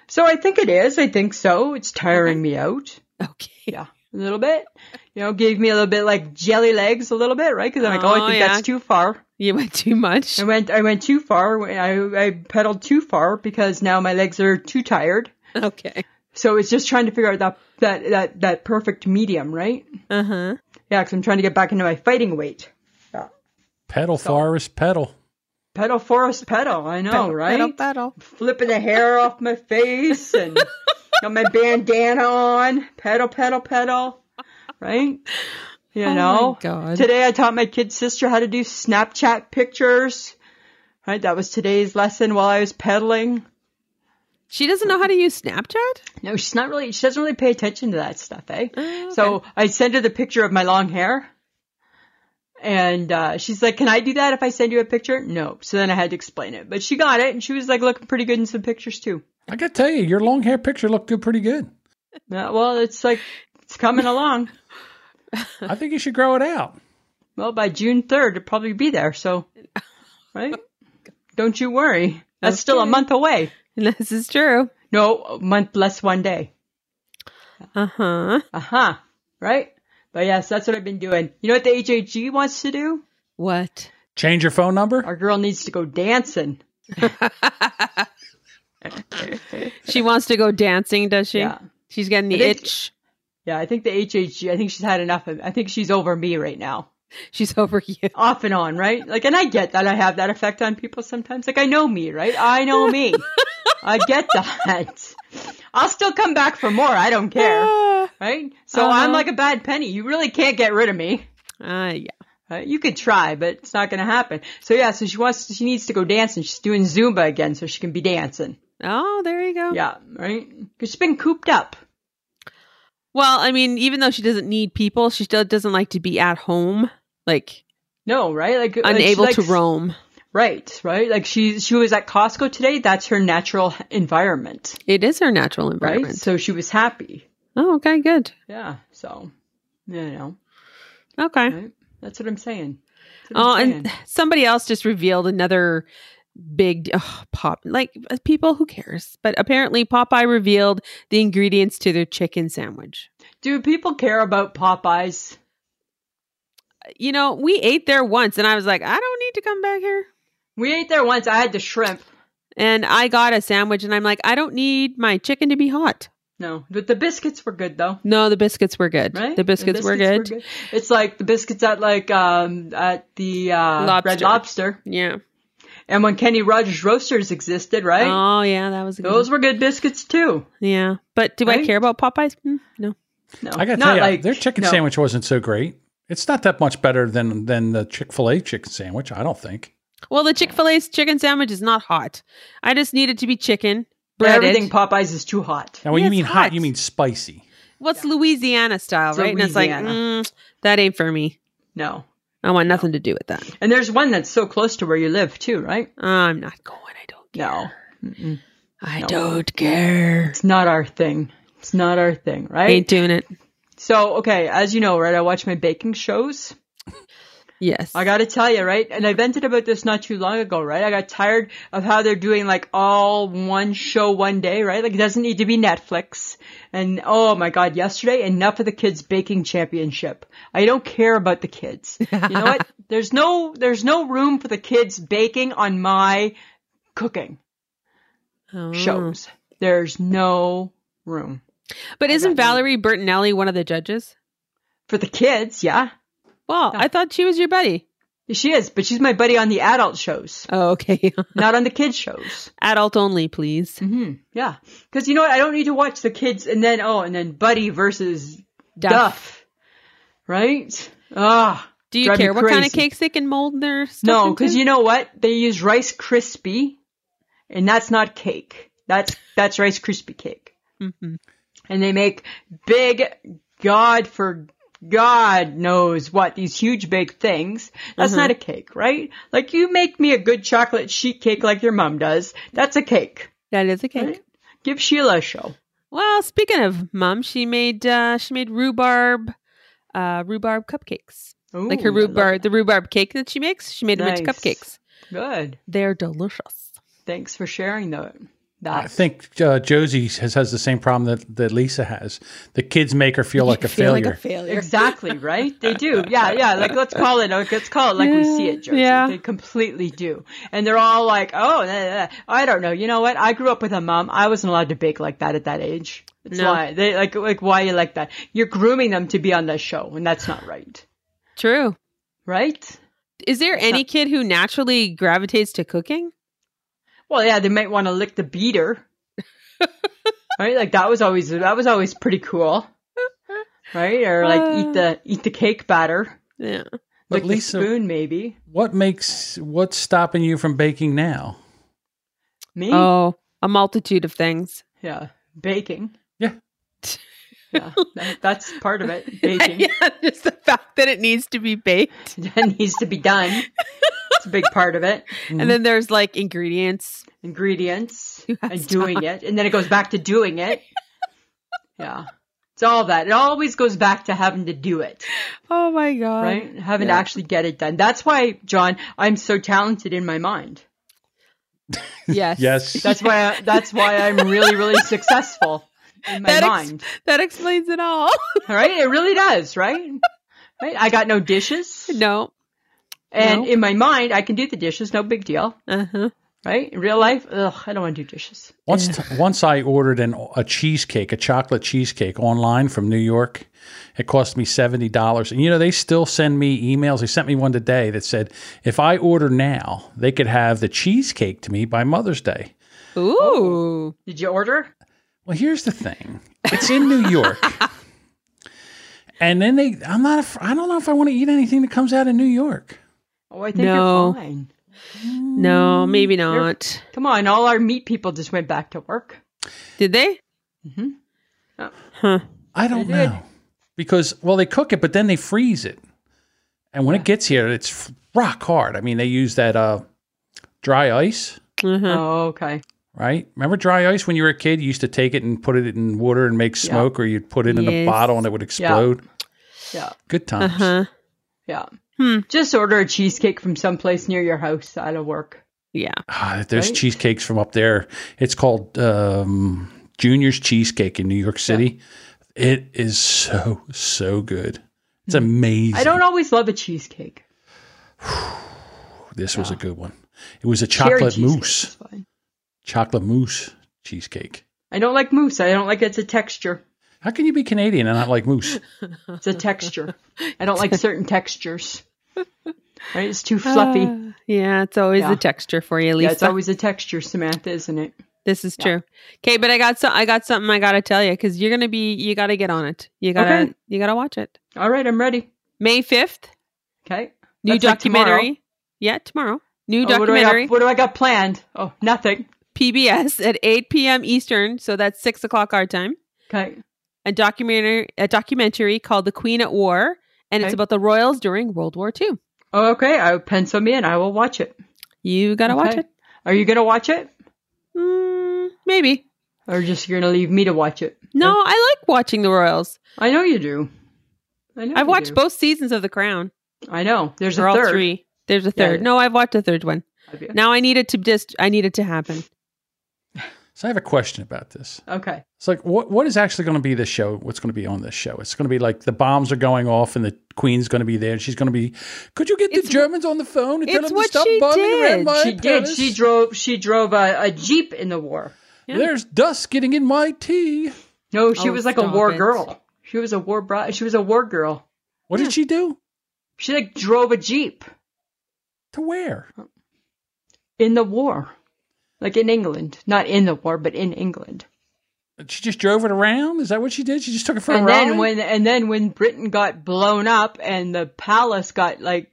B: So I think it is. I think so. It's tiring me out.
A: [LAUGHS] Okay.
B: yeah, a little bit. You know, gave me a little bit like jelly legs, a little bit, right? Because I'm like, oh,
A: Oh,
B: I think
A: yeah.
B: that's too far.
A: [LAUGHS] You went too much. [LAUGHS]
B: [LAUGHS] I went, I went too far. I, I pedaled too far because now my legs are too tired.
A: Okay.
B: So it's just trying to figure out that that that that perfect medium, right?
A: Uh-huh.
B: Yeah, because I'm trying to get back into my fighting weight. Yeah.
C: Pedal, forest, pedal.
B: Pedal forest pedal. I know,
A: Pedal,
B: right?
A: Pedal, pedal.
B: Flipping the hair off my face and got my bandana on. Pedal, pedal, pedal. Right? You
A: Oh my
B: know.
A: God.
B: Today I taught my kid sister how to do Snapchat pictures. Right, that was today's lesson while I was pedaling.
A: She doesn't know how to use Snapchat? [LAUGHS]
B: No, she's not really. She doesn't really pay attention to that stuff, eh?
A: Oh,
B: So I sent her the picture of my long hair, and uh, she's like, "Can I do that if I send you a picture?" No. So then I had to explain it, but she got it, and she was like looking pretty good in some pictures too.
C: I gotta tell you, your long hair picture looked good, pretty good.
B: Yeah, well, it's like it's coming along.
C: I think you should grow it out.
B: Well, by June third, it'll probably be there. So, right? Don't you worry. That's still a
A: Okay.
B: month away.
A: This is true.
B: No, a month less one day.
A: Uh huh.
B: Aha. Right? But yes, that's what I've been doing. You know what the HAG wants to do?
A: What?
C: Change your phone number.
B: Our girl needs to go dancing.
A: She wants to go dancing, does she?
B: Yeah.
A: She's getting the
B: I think-
A: itch.
B: Yeah, I think the HAG, I think she's had enough of I think she's over me right now.
A: She's over [LAUGHS] you.
B: Off and on, right? Like, and I get that I have that effect on people sometimes. Like, I know me, right? I
A: [LAUGHS]
B: know me. I get that. I'll still come back for more. I
A: [LAUGHS]
B: don't care.
A: Ah,
B: Right? So
A: Uh-huh.
B: I'm like a bad penny. You really can't get rid of me.
A: Ah, yeah.
B: Uh, you could try, but it's not going to happen. So yeah, so she wants, she needs to go dancing. She's doing Zumba again, so she can be dancing.
A: Oh, there you go.
B: Yeah, right. Because she's been cooped up.
A: Well, I mean, even though she doesn't need people, she still doesn't like to be at home, like
B: No, right? Like like, she
A: unable to
B: likes-
A: roam.
B: Right, right. Like she she was at Costco today. That's her natural environment,
A: It is her natural
B: right?
A: environment.
B: So she was happy.
A: oh, okay, good.
B: Yeah. So No, no,
A: Okay.
B: no. Right? That's what I'm saying. That's what
A: Oh,
B: I'm
A: and somebody else just revealed another big ugh, pop. Like uh, people, who cares? But apparently, Popeye revealed the ingredients to their chicken sandwich.
B: Do people care about Popeyes?
A: You know, we ate there once, and I was like, I don't need to come back here.
B: We ate there once. I had the shrimp.
A: And I got a sandwich, and I'm like, I don't need my chicken to be hot.
B: No, but the biscuits were good though.
A: No, the biscuits were good.
B: Right?
A: The biscuits, were, good.
B: It's like the biscuits at like um at the uh, Red
A: Lobster.
B: Lobster,
A: Yeah.
B: and when Kenny Rogers Roasters existed, right?
A: Oh, yeah, that was a good.
B: Those were good biscuits too.
A: one. Yeah, but do I
B: Right?
A: care about Popeyes? Mm, no.
B: No,
C: I got to
B: not
C: tell you,
B: like
C: their chicken
B: no.
C: sandwich wasn't so great. It's not that much better than than the Chick Fil A chicken sandwich. I don't think.
A: Well, the Chick Fil A's chicken sandwich is not hot. I just need it to be chicken breaded.
B: Everything Popeyes is too hot.
C: Now, when
A: Yeah,
C: you
A: it's
C: mean hot.
A: hot.
C: you mean spicy.
A: What's Louisiana style,
B: It's
A: right? And
B: Louisiana.
A: it's like, mm, that ain't for me.
B: No,
A: I want nothing to do with that.
B: and there's one that's so close to where you live too, right?
A: I'm not going. I don't care.
B: No, Mm-mm.
A: I
B: No.
A: don't care.
B: it's not our thing. It's not our thing, right?
A: Ain't doing it.
B: So, okay, as you know, right, I watch my baking shows.
A: Yes.
B: I gotta tell you, right? And I vented about this not too long ago, right? I got tired of how they're doing like all one show one day, right? Like it doesn't need to be Netflix. And oh my god, yesterday, enough of the kids baking championship. I don't care about the kids. You know what? There's no, there's no room for the kids baking on my cooking
A: Oh.
B: shows. There's no room.
A: But isn't
B: got
A: Valerie Bertinelli one of the judges?
B: For the kids, yeah.
A: Well,
B: No.
A: I thought she was your buddy.
B: She is, but she's my buddy on the adult shows,
A: Oh, okay. [LAUGHS]
B: not on the kids shows.
A: Adult only, please.
B: hmm Yeah, because you know what? I don't need to watch the kids, and then oh, and then Buddy versus Duff,
A: Duff.
B: right? Ah,
A: Do you
B: Drive me
A: care what kind of
B: crazy.
A: cakes they can mold their stuff
B: no,
A: into?
B: because you know what? They use Rice Krispie, and that's not cake. That's that's Rice Krispie cake,
A: Mhm.
B: and they make big God for God knows what these huge big things. That's not a cake, right? Like you make me a good chocolate sheet cake like your mom does. That's a cake.
A: That is a cake.
B: Right? Give Sheila a show.
A: Well, speaking of mum, she made uh, she made rhubarb uh, rhubarb cupcakes. like her
B: Ooh, I love
A: rhubarb, the rhubarb cake that she makes, she made them into
B: Nice.
A: cupcakes.
B: Good.
A: They're delicious.
B: Thanks for sharing that.
C: I
B: That
C: think uh, Josie has, has the same problem that, that Lisa has. The kids make her feel like a failure.
A: failure.
B: [LAUGHS] [LAUGHS] exactly right. They do. Yeah, yeah. Like let's call it. Like, let's call it like we see it, Josie.
A: Yeah.
B: They completely do. And they're all like, "Oh, nah, nah, nah. I don't know. You know what? I grew up with a mom. I wasn't allowed to bake like that at that age. It's
A: No.
B: why they like like why you like that. You're grooming them to be on the show, and that's not right.
A: True.
B: Right?
A: Is there
B: not-
A: any kid who naturally gravitates to cooking?
B: Well, yeah. They might want to lick
A: [LAUGHS]
B: the beater. right? Like that was always that was always pretty cool. Right? Or like eat
A: Uh.
B: the eat the cake batter.
A: Yeah.
C: But
B: Like the
C: Lisa-
B: spoon, maybe.
C: What makes what's stopping you from baking now?
B: Me?
A: Oh, a multitude of things. [LAUGHS]
B: Yeah. Baking.
C: Yeah.
B: [LAUGHS] Yeah. that- that's part of it.
A: [LAUGHS]
B: Baking.
A: yeah, just the fact that it needs to be baked.
B: that needs to be done. It's a big part of it.
A: And then there's like ingredients.
B: Ingredients
A: You have
B: and doing it. And then it goes back to
A: [LAUGHS]
B: doing it. Yeah. It's all that. It always goes back to having to do it,
A: Oh my god.
B: right? Having
A: yeah.
B: to actually get it done. That's why, John, I'm so talented in my mind.
A: Yes.
C: Yes.
B: That's why. I, that's why I'm
A: [LAUGHS]
B: really, really successful in my
A: That ex-
B: mind.
A: That explains it all. [LAUGHS]
B: right? It really does, right? Right? I got no dishes.
A: no.
B: And
A: No.
B: in my mind, I can do the dishes, no big deal,
A: Uh-huh.
B: right? In real life, ugh, I don't want to do dishes.
C: Once t- once I ordered an a cheesecake, a chocolate cheesecake online from New York. It cost me seventy dollars, and you know they still send me emails. They sent me one today that said if I order now, they could have the cheesecake to me by Mother's Day.
A: Ooh. Oh.
B: Did you order?
C: Well, here's the thing: it's in New York, [LAUGHS] and then they. I'm not. a fr- I don't know if I want to eat anything that comes out of New York.
B: Oh, I think
A: No.
B: you're fine.
A: No, maybe not.
B: Come on, all our meat people just went back to work.
A: Did they?
B: Mhm.
A: Mm-hmm.
B: Oh.
A: Huh.
C: I don't
B: They did.
C: know because well they cook it, but then they freeze it, and when it gets here, it's f- rock hard. I mean, they use that uh, dry ice,
A: Uh-huh.
B: Oh, okay.
C: right? Remember dry ice when you were a kid? You used to take it and put it in water and make smoke, or you'd put it in a
A: Yes.
C: bottle and it would explode.
B: Yeah.
C: Good
A: Uh
C: times.
B: Uh-huh.
A: huh.
B: Yeah.
A: Hmm.
B: Just order a cheesecake from someplace near your house. That'll work.
A: Yeah.
C: Ah, there's
B: Right?
C: cheesecakes from up there. It's called um, Junior's Cheesecake in New York City. It is so so good. It's amazing.
B: Hmm. I don't always love a cheesecake.
C: This was a good one. It was a
B: Cherry
C: chocolate
B: cheesecake
C: mousse,
B: is fine.
C: chocolate mousse cheesecake.
B: I don't like mousse. I don't like it's a texture.
C: How can you be Canadian and not like mousse?
B: It's
C: [LAUGHS]
B: a texture. I don't like certain textures. Right? It's too fluffy.
A: Uh, yeah, it's always
B: Yeah.
A: the texture for you, Lisa.
B: yeah, it's always a texture, Samantha, isn't it?
A: this is true. Okay, but I got so I got something I gotta tell you because you're gonna be you gotta get on it. You gotta
B: Okay.
A: you gotta watch it.
B: All right, I'm ready.
A: May fifth,
B: Okay.
A: new
B: That's like tomorrow.
A: documentary. yeah, tomorrow. New
B: Oh, what, do I
A: documentary.
B: got, what do I got planned? Oh, nothing.
A: PBS at 8 p.m. Eastern, so that's six o'clock our time.
B: Okay.
A: A documentary, a documentary called "The Queen at War," and
B: Okay.
A: it's about the royals during World War II.
B: Oh, okay. I will pencil me and I will watch it.
A: You gotta watch
B: Okay.
A: it.
B: Are you gonna watch it,
A: Mm, maybe.
B: or just you're gonna leave me to watch it?
A: No, I like watching the royals.
B: I know you do. I know.
A: I've
B: you
A: watched
B: do.
A: both seasons of The Crown.
B: I know. There's
A: Or
B: a
A: all
B: third.
A: three. There's a
B: Yeah,
A: third.
B: yeah.
A: No, I've watched the third one.
B: Have you?
A: Now I need it to just. I need it to happen.
C: So I have a question about this.
B: Okay.
C: It's like what what is actually going to be this show? What's going to be on this show? It's going to be like the bombs are going off and the queen's going to be there and she's going to be. Could you get
A: It's-
C: the Germans on the phone and tell
A: it's
C: them to
A: what
C: stop
A: she
C: bombing around
A: did.
C: my
B: she did.
C: palace?
B: She drove. She drove a, a jeep in the war.
A: Yeah.
C: There's dust getting in my tea.
B: No, she
A: Oh,
B: was like a
A: stop
B: war
A: it.
B: girl. She was a war bride. She was a war girl.
C: What
A: Yeah.
C: did she do?
B: She like drove a jeep
C: To where?
B: in the war, like in England, not in the war, but in England.
C: She just drove it around. Is that what she did? She just took it for a
B: and
C: ride.
B: then when and then when Britain got blown up and the palace got like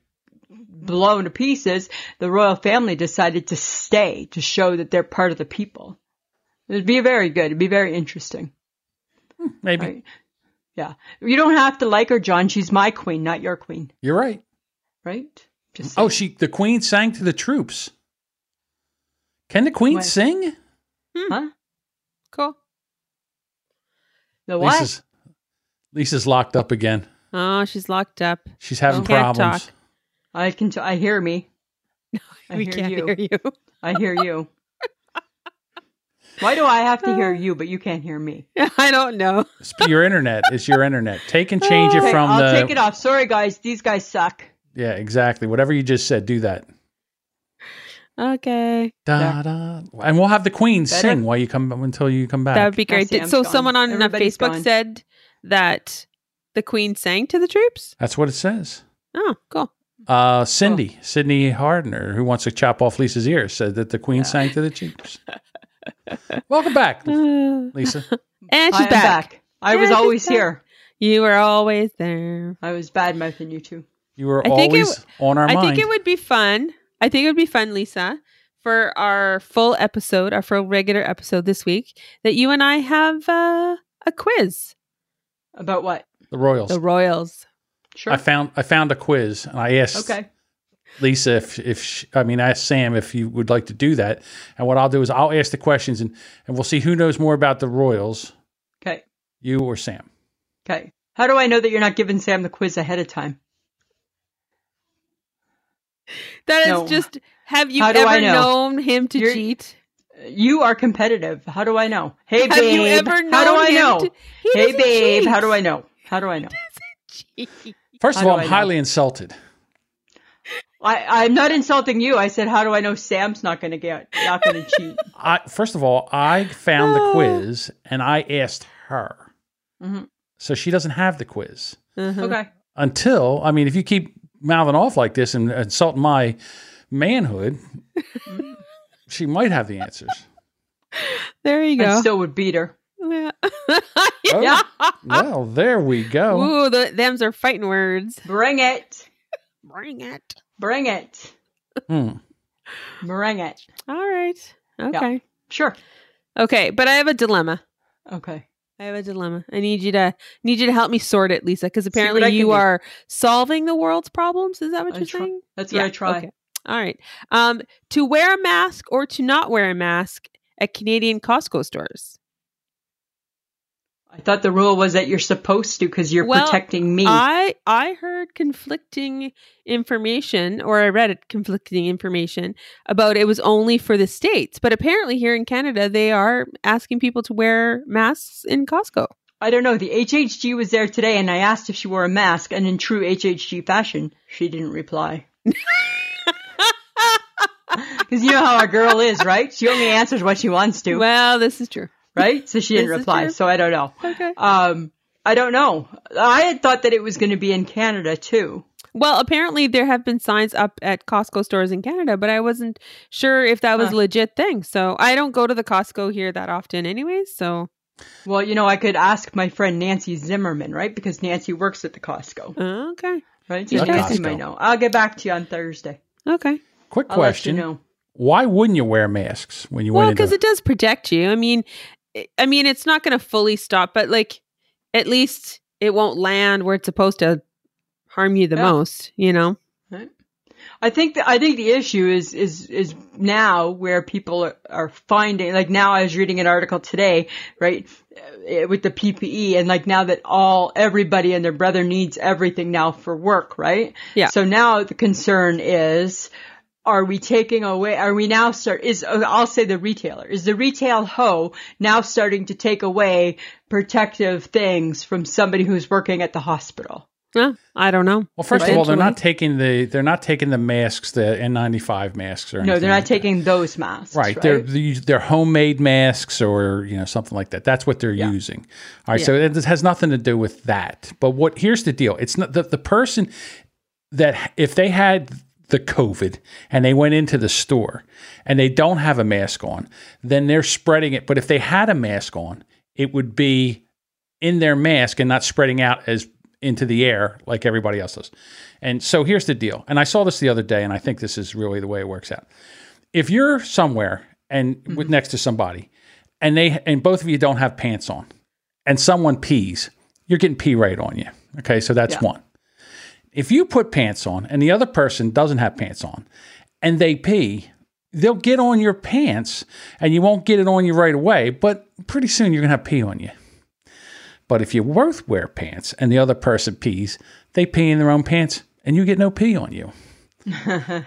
B: blown to pieces, the royal family decided to stay to show that they're part of the people. It'd be very good. It'd be very interesting.
C: Hmm, Maybe
B: Right. Yeah, you don't have to like her, John. She's my queen, not your queen,
C: you're right.
B: right? Just
C: Oh,
B: saying.
C: she the queen sang to the troops. Can the queen
B: What?
C: sing?
B: huh?
A: Cool.
B: The what?
C: Lisa's, Lisa's locked up again.
A: Oh, she's locked up.
C: She's having
A: Oh. Can't
C: problems.
A: talk.
B: I can. T- I hear me. I
A: we
B: hear
A: can't
B: you.
A: hear you. [LAUGHS]
B: I hear you. Why do I have to hear you, but you can't hear me?
A: I don't know.
C: It's your internet. It's your internet. Take and change it
B: Okay,
C: from
B: I'll
C: the
B: take it off. Sorry, guys. These guys suck.
C: Yeah, exactly. Whatever you just said, do that.
A: Okay,
C: Da, da. And we'll have the queen
B: Better?
C: sing while you come until you come back.
A: that would be
B: Now
A: great. Did-
B: Sam's
A: so
B: gone.
A: someone on uh,
B: Everybody's
A: Facebook
B: gone.
A: said that the Queen sang to the troops.
C: That's what it says.
A: Oh, cool.
C: Uh, Cindy, Sydney Hardner, who wants to chop off Lisa's ear, said that the queen sang to the troops.
A: [LAUGHS]
C: Welcome back,
A: Uh,
C: Lisa.
A: and
B: I
A: she's
B: am
A: back.
B: I
A: Yeah,
B: was
A: she's
B: always
A: back.
B: here.
A: You were always there.
B: I was bad mouthing you two.
C: You were
A: I think it
C: always on our
A: I
C: mind.
A: think it would be fun. I think it would be fun, Lisa, for our full episode, our full regular episode this week, that you and I have uh, a quiz.
B: About what?
C: the Royals.
A: The Royals.
B: Sure.
C: I found I found a quiz, and I asked
B: okay.
C: Lisa if if she, I mean I asked Sam if you would like to do that. And what I'll do is I'll ask the questions, and and we'll see who knows more about the Royals,
B: Okay.
C: you or Sam.
B: Okay. How do I know that you're not giving Sam the quiz ahead of time?
A: That is
B: No.
A: just. Have you
B: How do I
A: ever
B: know?
A: known him to
B: You're-
A: cheat?
B: You are competitive. How do I know? Hey, babe.
A: Have you ever known
B: how do I
A: him
B: know?
A: to- He
B: hey,
A: doesn't
B: babe.
A: cheat.
B: How do I know? How do I know?
A: Cheat.
C: First of
B: How
C: all,
B: do
C: I'm
B: I know?
C: highly insulted.
B: I, I'm not insulting you. I said, how do I know Sam's not going to get not going to
A: [LAUGHS]
B: cheat?
C: I first of all, I found the
B: Ah.
A: Oh.
C: quiz and I asked her,
B: Mhm.
C: so she doesn't have the quiz
A: Uh-huh.
B: Okay.
C: until I mean, if you keep mouthing off like this and insulting my
B: [LAUGHS]
C: manhood, she might have the answers.
A: There you
B: I
A: go. [LAUGHS]
B: still would beat her.
A: Yeah.
C: Oh,
B: Yeah. Ah.
C: Well, there we
A: [LAUGHS]
C: go.
A: Ooh, the, them's are fighting words.
B: Bring it.
A: Bring it.
B: Bring it.
C: Hmm.
B: Bring it.
A: All right. Okay.
B: Sure.
A: Okay, but I have a dilemma.
B: Okay.
A: I have a dilemma. I need you to need you to help me sort it, Lisa, because apparently
B: I can
A: you
B: do.
A: are solving the world's problems. Is that what
B: I
A: you're
B: try-
A: saying?
B: That's what I try.
A: Okay. All right. Um, to wear a mask or to not wear a mask at Canadian Costco stores.
B: I thought the rule was that you're supposed to because you're
A: Well,
B: protecting me.
A: I I heard conflicting information, or I read it conflicting information about it was only for the states, but apparently here in Canada they are asking people to wear masks in Costco.
B: I don't know. The HHG was there today, and I asked if she wore a mask, and in true HHG fashion, she
A: [LAUGHS]
B: didn't reply. Because you know how a girl is, right? She only answers what she wants to,
A: Well, this is true.
B: right? So she didn't
A: This is
B: reply.
A: true.
B: So I don't know.
A: Okay.
B: Um, I don't know. I had thought that it was going to be in Canada too.
A: Well, apparently there have been signs up at Costco stores in Canada, but I wasn't sure if that was a
B: Huh.
A: legit thing. So I don't go to the Costco here that often, anyways. So
B: Well, you know, I could ask my friend Nancy Zimmerman, right? Because Nancy works at the Costco,
A: uh, okay,
B: right? So
A: Yeah,
B: Nancy
C: Costco.
B: might know. I'll get back to you on Thursday.
A: okay.
C: Quick
B: I'll
C: question:
B: let you know.
C: Why wouldn't you wear masks when you
A: Well,
C: went
A: because
C: into?
A: it does protect you. I mean, I- I mean, it's not going to fully stop, but like, at least it won't land where it's supposed to harm you the
B: Yeah.
A: most. You know?
B: I think that I think the issue is is is now where people are, are finding like now I was reading an article today right uh, with the PPE and like now that all everybody and their brother needs everything now for work right
A: Yeah.
B: so now the concern is are we taking away are we now start is uh, I'll say the retailer is the retail ho now starting to take away protective things from somebody who's working at the hospital
A: Yeah, I don't know.
C: well, first of all, they're not
A: Potentially.
C: taking the they're not taking the masks, the N95 masks,
B: no
C: or anything
B: they're not
C: like that.
B: taking those masks
C: Right. They're these- they're homemade masks or you know something like that. That's what they're using. All right. So it this has nothing to do with that. But what here's the deal. It's not the, the person that if they had the COVID and they went into the store and they don't have a mask on, then they're spreading it. But if they had a mask on, it would be in their mask and not spreading out as into the air like everybody else does. And so here's the deal. And I saw this the other day, and I think this is really the way it works out if you're somewhere and with next to somebody and they and both of you don't have pants on and someone pees you're getting pee right on you okay so that's
B: Yeah.
C: one if you put pants on and the other person doesn't have pants on and they pee they'll get on your pants and you won't get it on you right away but pretty soon you're going to have pee on you but if you both wear pants and the other person pees they pee in their own pants and you get no pee on you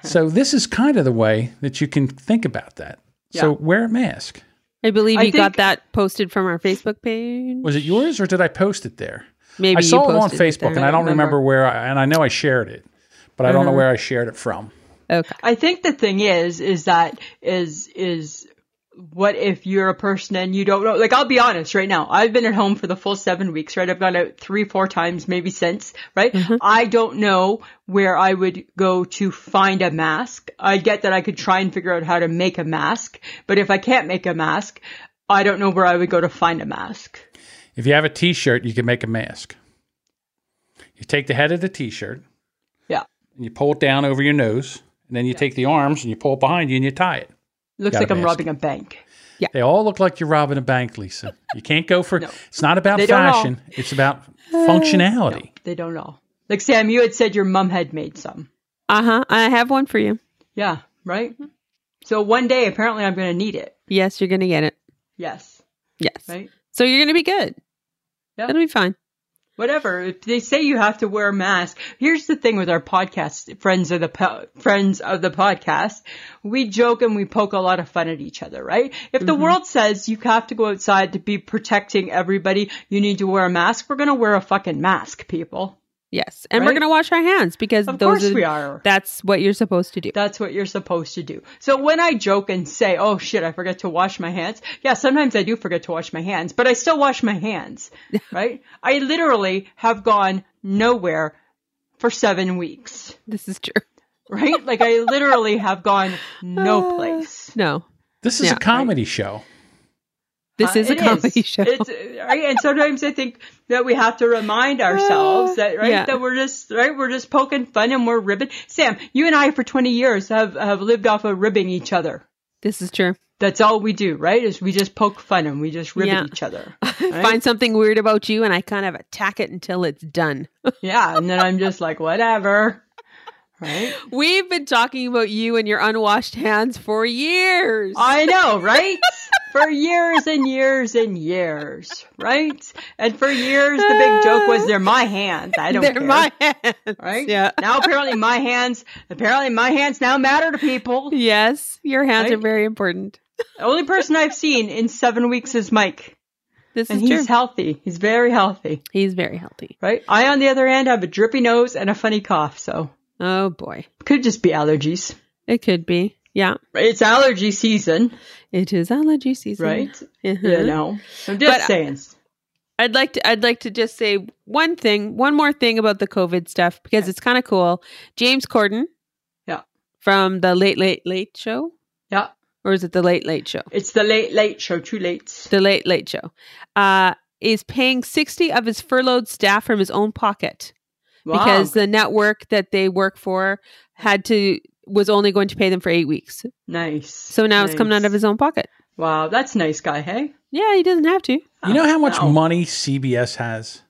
C: so this is kind of the way that you can think about that. So
B: Yeah.
C: wear a mask.
A: I believe
B: I
A: you got
B: think-
A: that posted from our Facebook page.
C: Was it yours or did I post it there?
A: Maybe
C: I saw
A: you
C: it on
A: posted
C: Facebook
A: there.
C: and I don't remember,
B: remember.
C: where I, and I know I shared it, but I don't know where I shared it from.
A: Okay.
B: I think the thing is, is that is is what if you're a person and you don't know? Like I'll be honest right now. I've been at home for the full seven weeks, right? I've gone out three, four times, maybe since, right? I don't know where I would go to find a mask. I get that I could try and figure out how to make a mask, but if I can't make a mask, I don't know where I would go to find a mask.
C: If you have a t-shirt, you can make a mask. You take the head of the t-shirt
B: Yeah.
C: and you pull it down over your nose and then you take the arms and you pull it behind you and you tie it.
B: Looks
C: Got a
B: like I'm
C: mask.
B: robbing a bank.
C: They all look like you're robbing a bank, Lisa. You can't go for it's not about
B: They don't all.
C: fashion, it's about functionality.
B: They don't know. Like Sam, you had said your mom had made some.
A: Uh huh. I have one for you.
B: Yeah, right? So one day, apparently, I'm going to need it.
A: Yes, you're gonna get it.
B: Yes,
A: Yes.
B: right?
A: So you're gonna be good.
B: Yeah.
A: It'll be fine.
B: Whatever. If they say you have to wear a mask, here's the thing with our podcast, friends of the po- friends of the podcast, we joke and we poke a lot of fun at each other, right? If the world says you have to go outside to be protecting everybody, you need to wear a mask. We're going to wear a fucking mask, people.
A: Yes, and we're
B: Right?
A: gonna wash our hands because
B: Of
A: those
B: course
A: are,
B: we are.
A: That's what you're supposed to do.
B: That's what you're supposed to do. So when I joke and say, oh shit, I forget to wash my hands. Yeah, sometimes I do forget to wash my hands, but I still wash my
A: [LAUGHS]
B: hands, right? I literally have gone nowhere for seven weeks,
A: This is true. [LAUGHS]
B: right? like I literally have gone
A: [LAUGHS]
B: no place.
A: No,
C: This is
A: Yeah,
C: a
A: right.
C: comedy show.
A: this
B: Uh,
A: is a
B: it
A: comedy show.
B: It's, uh, right? And sometimes I think that we have
A: [LAUGHS]
B: to remind ourselves that, right,
A: Yeah.
B: that we're just, right, we're just poking fun and we're ribbing. Sam, you and I for 20 years have, have lived off of ribbing each other.
A: [LAUGHS] this is true. [LAUGHS]
B: That's all we do, right? Is we just poke fun and we just rib
A: Yeah.
B: at each other.
A: Find something weird about you, and I kind of attack it until it's done. [LAUGHS]
B: yeah, and then I'm just like, whatever. Right?
A: We've been talking about you and your unwashed hands for years.
B: I know, right? for years and years and years, right? And for years, the big joke was they're my hands. I don't
A: They're
B: care,
A: my hands.
B: right?
A: Yeah.
B: Now apparently my hands, apparently my hands now matter to people.
A: Yes, your hands
B: Right?
A: are very important.
B: The only person I've seen in seven weeks is Mike,
A: This
B: and
A: is
B: he's
A: true.
B: healthy. He's very healthy,
A: he's very healthy.
B: right? I, on the other hand, have a drippy nose and a funny cough, so
A: Oh boy,
B: could just be allergies.
A: it could be. Yeah,
B: It's allergy season,
A: it is allergy season,
B: right?
A: Mhm.
B: You know, I'm just
A: But-
B: saying.
A: I'd like to I'd like to just say one thing, one more thing about the COVID stuff because it's kind of cool. James Corden,
B: Yeah.
A: from the Late Late Late Show,
B: Yeah,
A: or is it the Late Late Show?
B: it's the late late show. Too late.
A: The Late Late Show, uh, is paying sixty of his furloughed staff from his own pocket
B: Wow.
A: because the network that they work for had to was only going to pay them for eight weeks.
B: nice.
A: So now it's coming out
B: nice.
A: of his own pocket.
B: Wow, that's nice guy. Hey.
A: Yeah, he doesn't have to.
C: You know how much
B: Wow.
C: money CBS has?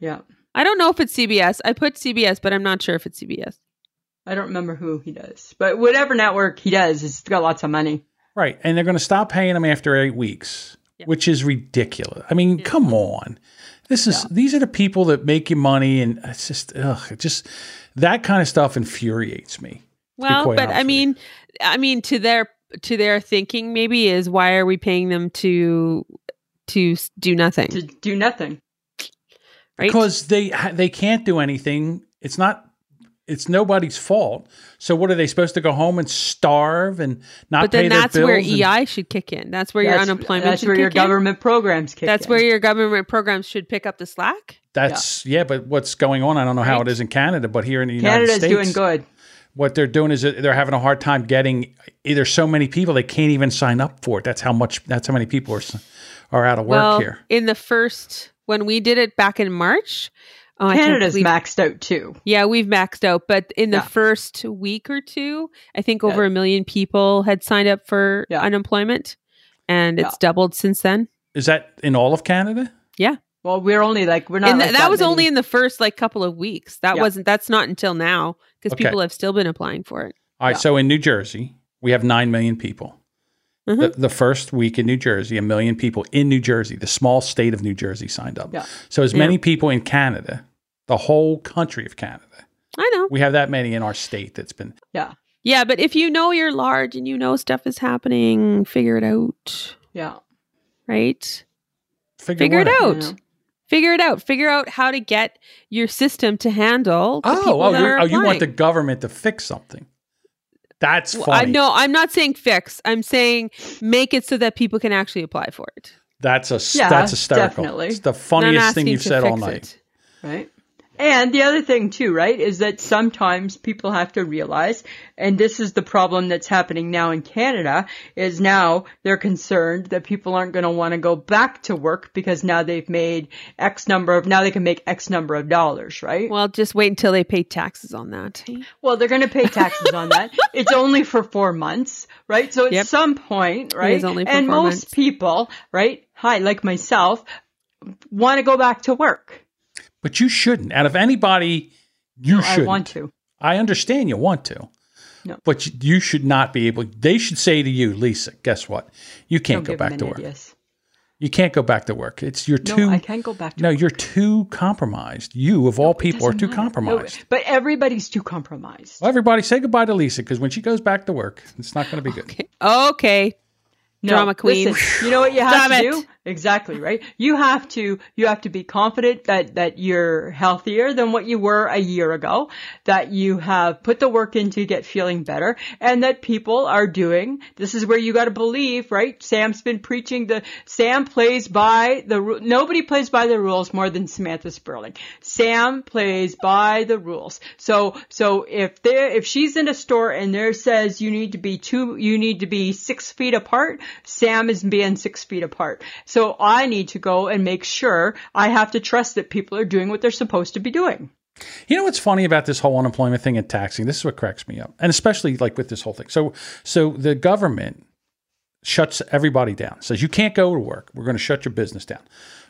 B: Yeah,
A: I don't know if it's CBS. I put CBS, but I'm not sure if it's CBS.
B: I don't remember who he does, but whatever network he does, it's got lots of money.
C: Right. And they're going to stop paying them after eight weeks,
A: Yeah.
C: which is ridiculous. I mean, come on. This is,
B: Yeah.
C: these are the people that make you money. And it's just, ugh, it just, that kind of stuff infuriates me.
A: Well,
C: quite
A: but
C: honest
A: I
C: with you.
A: mean, I mean to their to their thinking maybe is why are we paying them to to s- do nothing,
B: to do nothing.
A: right?
C: because they ha- they can't do anything. It's not it's nobody's fault. So what are they supposed to go home and starve and not
A: but
C: pay
A: then that's
C: their
A: where E
C: bills? and-
A: EI should kick in. That's where your
B: That's-
A: unemployment
B: That's
A: should
B: where your
A: kick in.
B: government programs kick
A: that's
B: in.
A: where your government programs should pick up the slack.
C: that's yeah. But what's going on? I don't know how
A: Right.
C: it is in Canada, but here in the United
B: Canada's
C: States,
B: doing good.
C: what they're doing is they're having a hard time getting either so many people they can't even sign up for it. That's how much. That's how many people are s- are out of work
A: well,
C: here.
A: in the first when we did it back in March, oh, I can't
B: Canada's
A: believe-
B: maxed out too.
A: Yeah, we've maxed out, but in the
B: Yeah.
A: first week or two, I think
B: Yeah.
A: over a million people had signed up for
B: Yeah.
A: unemployment, and it's doubled since then.
C: Is that in all of Canada?
B: Well, we're only like we're not.
A: And
B: like
A: th- that, was
B: many.
A: only in the first like couple of weeks. That
B: Yeah.
A: wasn't. That's not until now because
C: Okay.
A: people have still been applying for it.
C: All right.
B: Yeah.
C: So in New Jersey, we have 9 million people.
A: Mhm.
C: The, the first week in New Jersey, a million people in New Jersey, the small state of New Jersey signed up.
B: Yeah.
C: So as
A: Yeah.
C: many people in Canada, the whole country of Canada,
A: I know.
C: we have that many in our state that's been.
B: yeah,
A: Yeah, but if you know you're large and you know stuff is happening, figure it out,
B: yeah.
A: right?
C: Figure,
A: Figure it
C: what
A: out.
B: Yeah.
A: Figure it out. Figure out how to get your system to handle. The
C: Oh,
A: people
C: oh,
A: that
C: you're,
A: are
C: oh, you want
A: applying.
C: the government to fix something. That's
A: Well, I
C: funny.
A: no, I'm not saying fix. I'm saying make it so that people can actually apply for it.
C: That's a
B: Yeah,
C: that's hysterical.
B: definitely.
C: It's the
A: I'm not
C: funniest thing
A: asking
C: you've
A: to
C: said all
A: fix
C: night.
A: it.
B: Right. And the other thing too, right, is that sometimes people have to realize, and this is the problem that's happening now in Canada, is now they're concerned that people aren't going to want to go back to work because now they've made X number of, now they can make X number of dollars, right? Well,
A: Well, just wait until they pay taxes on that.
B: they're going to pay taxes on
A: [LAUGHS]
B: that. It's only for four months, right? So at
A: Yep.
B: some point, right?
A: is only for
B: and
A: four
B: most
A: months.
B: people, right? Hi, like myself, want to go back to work.
C: But you shouldn't. Out of anybody, you
B: I
C: should.
B: want to.
C: I understand you want to.
B: No.
C: But you- you should not be able. They should say to you, Lisa, guess what? You
B: Don't
C: can't go
B: give 'em
C: back to
B: any
C: work.
B: ideas.
C: You can't go back to work. It's you're
B: No,
C: too.
B: I can't go back to
C: no,
B: work.
C: you're too compromised. You of all people are
B: Doesn't
C: too
B: matter.
C: compromised.
B: No, but everybody's too compromised.
C: Well, everybody say goodbye to Lisa because when she goes back to work, it's not going to be good.
A: Okay. Okay.
B: No,
A: Drama queen.
B: listen, you know what you have
A: Stop
B: to
A: it.
B: do? Exactly, right? You have to you have to be confident that that you're healthier than what you were a year ago, that you have put the work in to get feeling better, and that people are doing. This is where you got to believe, right? Sam's been preaching the Sam plays by the ru- nobody plays by the rules more than Samantha Sperling. Sam plays by the rules. So so if there if she's in a store and there says you need to be two you need to be six feet apart, Sam is being six feet apart. So I need to go and make sure I have to trust that people are doing what they're supposed to be doing.
C: You know what's funny about this whole unemployment thing and taxing? This is what cracks me up, and especially like with this whole thing. So, so the government shuts everybody down. Says you can't go to work. We're going to shut your business down.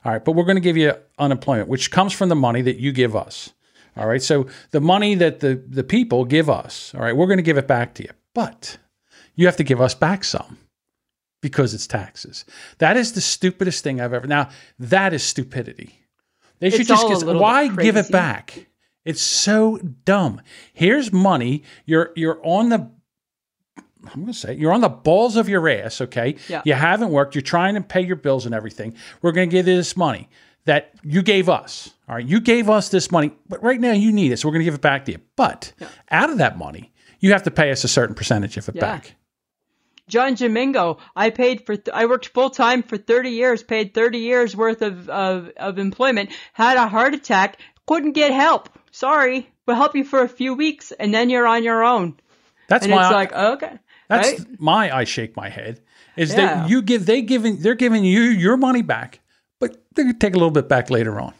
C: All right, but we're going to give you unemployment, which comes from the money that you give us. All right, so the money that the the people give us, all right, we're going to give it back to you, but you have to give us back some. because it's taxes. That is the stupidest thing I've ever. Now that is stupidity. They should
B: It's
C: just
B: all a
C: get-
B: little bit
C: why give it
B: crazy.
C: back? It's so dumb. Here's money. You're you're on the I'm going to say it, you're on the balls of your ass, okay?
B: Yeah.
C: You haven't worked. You're trying to pay your bills and everything. We're going to give you this money that you gave us. All right. You gave us this money, but right now you need it. So we're going to give it back to you. But out of that money, you have to pay us a certain percentage of it
B: Yeah.
C: back.
B: John Domingo, I paid for, th- I worked full time for 30 years, paid 30 years worth of, of, of employment, had a heart attack, couldn't get help. Sorry. We'll help you for a few weeks and then you're on your own.
C: That's
B: And
C: my
B: it's like, okay.
C: that's
B: right?
C: my I shake my head is
B: Yeah.
C: that you give they giving they're giving you your money back, but they're going to take a little bit back later on.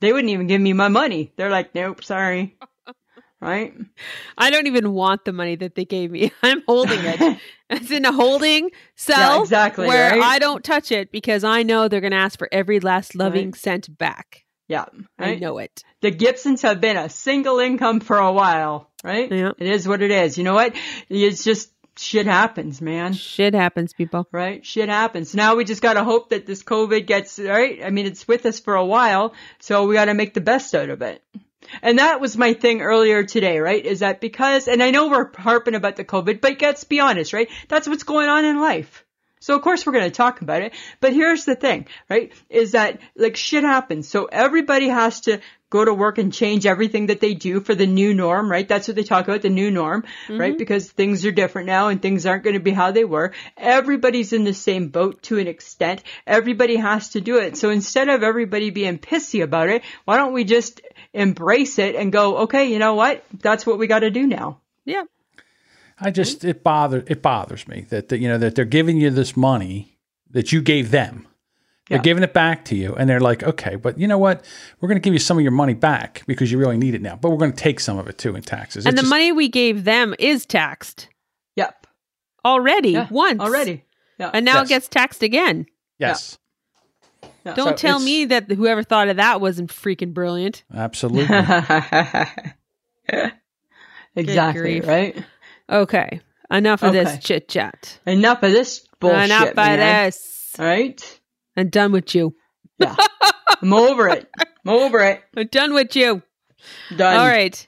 B: They wouldn't even give me my money. They're like, nope,
A: [LAUGHS]
B: sorry. Right?
A: I don't even want the money that they gave me. [LAUGHS] I'm holding
B: [LAUGHS]
A: it. it's in a holding cell
B: exactly,
A: where
B: right?
A: I don't touch it because I know they're going to ask for every last loving
B: Right.
A: cent back.
B: Yeah.
A: I
B: Right?
A: know it.
B: The Gibsons have been a single income for a while, right?
A: Yeah.
B: It is what it is. You know what? It's just shit happens, man.
A: Shit happens, people.
B: right? Shit happens. Now we just gotta hope that this COVID gets right. I mean, it's with us for a while, so we gotta make the best out of it. And that was my thing earlier today, right? Is that because, and I know we're harping about the COVID, but let's be honest, right? That's what's going on in life. So of course we're going to talk about it. But here's the thing, right? Is that like shit happens. So everybody has to go to work and change everything that they do for the new norm, right? That's what they talk about, the new norm, right? Because things are different now and things aren't going to be how they were. Everybody's in the same boat to an extent. Everybody has to do it. So instead of everybody being pissy about it, why don't we just embrace it and go, okay, you know what? That's what we got to do now.
A: Yeah.
C: I just
A: Hmm?
C: it bothers it bothers me that, that you know that they're giving you this money that you gave them. They're
B: Yeah.
C: giving it back to you, and they're like, okay, but you know what? We're going to give you some of your money back because you really need it now, but we're going to take some of it too in taxes.
A: and
C: It's
A: the
C: just-
A: money we gave them is taxed
B: Yep.
A: already
B: Yeah.
A: once.
B: Already. Yeah.
A: And now
C: Yes.
A: it gets taxed again.
C: yes,
B: Yeah.
A: Don't
C: So
A: tell
C: it's-
A: me that whoever thought of that wasn't freaking brilliant.
B: [LAUGHS]
A: [LAUGHS]
C: absolutely.
B: exactly,
A: grief.
B: right?
A: Okay. Enough of this
B: Okay.
A: chit chat.
B: Enough of this bullshit.
A: Enough of
B: man.
A: this.
B: All right?
A: I'm done with you.
B: Yeah. I'm over it. I'm over it.
A: I'm done with you.
B: Done.
A: All right.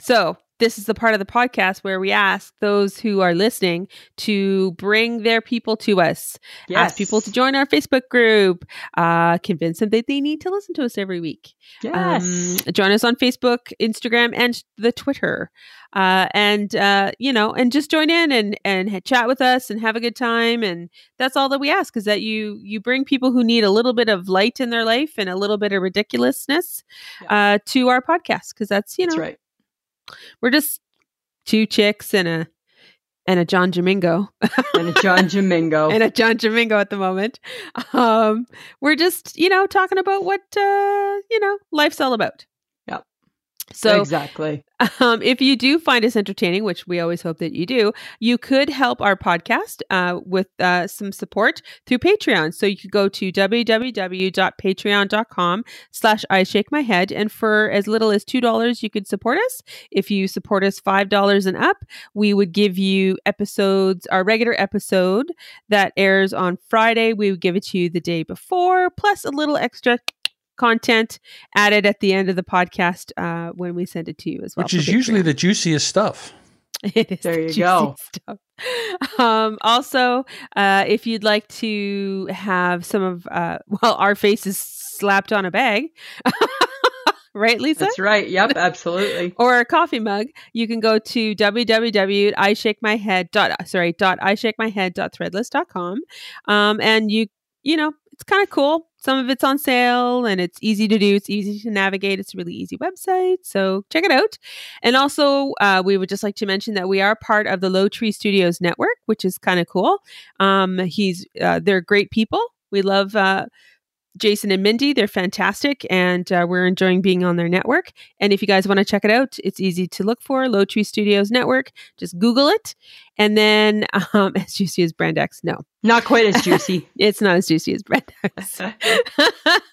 A: So, this is the part of the podcast where we ask those who are listening to bring their people to us.
B: Yes.
A: Ask people to join our Facebook group. Uh, convince them that they need to listen to us every week.
B: Yes.
A: Um, join us on Facebook, Instagram, and the Twitter. Uh, and, uh, you know, and just join in and, and ha- chat with us and have a good time. And that's all that we ask is that you, you bring people who need a little bit of light in their life and a little bit of ridiculousness, uh, to our podcast. Cause that's, you know,
B: That's right.
A: we're just two chicks and a, and a John Domingo
B: And a
A: [LAUGHS]
B: John Domingo.
A: and uh, a John Domingo at the moment. Um, we're just, you know, talking about what, uh, you know, life's all about.
B: Yep.
A: So
B: exactly.
A: um, if you do find us entertaining, which we always hope that you do, you could help our podcast uh, with uh, some support through Patreon. So you could go to www.patreon.com slash I shake my head. And for as little as $2, you could support us. If you support us $5 and up, we would give you episodes, our regular episode that airs on Friday. We would give it to you the day before, plus a little extra content added at the end of the podcast uh, when we send it to you as well.
C: Which
A: for
C: is usually
A: Patreon.
C: the juiciest stuff.
A: [LAUGHS] It is
B: There
A: the
B: you
A: juicy
B: go.
A: stuff. [LAUGHS] Um, also, uh, if you'd like to have some of uh, [LAUGHS] well, our faces slapped on a bag, [LAUGHS] right, Lisa?
B: That's
A: [LAUGHS]
B: right. Yep. Absolutely.
A: or a coffee mug, you can go to www.ishakemyhead. dot- Sorry, dot ishakemyhead.threadless.com. Um, and you, you know, it's kind of cool. Some of it's on sale and it's easy to do. It's easy to navigate. It's a really easy website. So check it out. And also, uh, we would just like to mention that we are part of the Low Tree Studios network, which is kind of cool. Um, he's, uh, they're great people. We love, uh, Jason and Mindy, they're fantastic, and uh, we're enjoying being on their network. And if you guys want to check it out, it's easy to look for Low Tree Studios Network. Just Google it. And then [LAUGHS] um, as juicy as brand X. No,
B: Not quite
A: [LAUGHS]
B: as juicy. [LAUGHS]
A: it's not as juicy as brand X. [LAUGHS]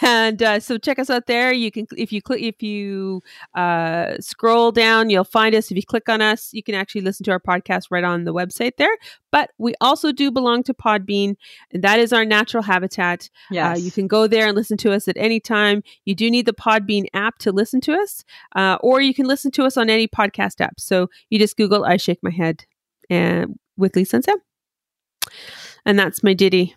A: and uh, so check us out there. You can if you click if you uh, scroll down, you'll find us. If you click on us, you can actually listen to our podcast right on the website there. But we also do belong to Podbean, and that is our natural habitat.
B: yes.
A: Uh, you can go there and listen to us at any time. You do need the Podbean app to listen to us, uh, or you can listen to us on any podcast app. So you just Google "I Shake My Head" and with Lisa and Sam, and that's my ditty.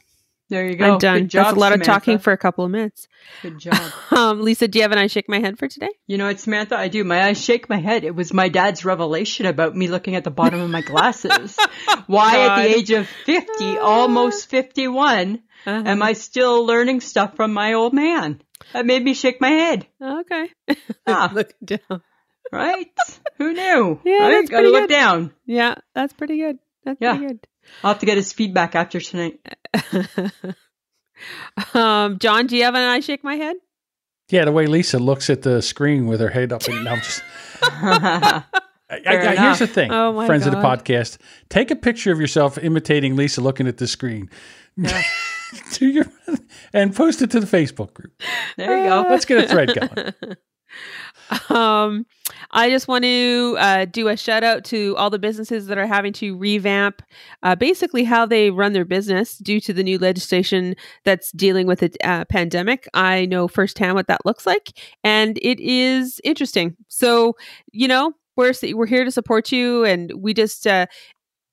B: there you go.
A: I'm done.
B: Good job,
A: that's a lot
B: Samantha.
A: of talking for a couple of minutes.
B: Good job.
A: Um, Lisa, do you have an "I Shake My Head" for today?
B: You know what, Samantha? I do. My eyes shake my head. It was my dad's revelation about me looking at the bottom
A: [LAUGHS]
B: of my glasses. Why, at
A: God. Ah.
B: the age of 50, almost 51, am I still learning stuff from my old man? That made me shake
A: [LAUGHS]
B: my head.
A: Oh,
B: [LAUGHS]
A: Okay.
B: Ah.
A: Look down.
B: Right? Who knew?
A: [LAUGHS] Yeah,
B: right?
A: that's
B: Gotta
A: pretty
B: look
A: good.
B: down.
A: Yeah, that's pretty good. That's
B: Yeah.
A: pretty good.
B: I'll have to get his feedback
A: [LAUGHS]
B: after tonight. [LAUGHS]
A: um, John, do you have an "I Shake My Head"?
C: Yeah, the way Lisa looks at the screen with her head up and I'm just. I, I,
B: Fair
C: I-
B: enough.
C: here's the thing,
A: Oh my
C: friends of the
A: God.
C: podcast. Take a picture of yourself imitating Lisa looking at the screen. [LAUGHS] to your and post it to the Facebook group.
B: there you go.
C: Let's
A: [LAUGHS]
C: get a thread going.
A: um, I just want to uh, do a shout out to all the businesses that are having to revamp uh, basically how they run their business due to the new legislation that's dealing with the uh, pandemic. I know firsthand what that looks like, and it is interesting. So, you know, we're, s- we're here to support you, and we just, uh,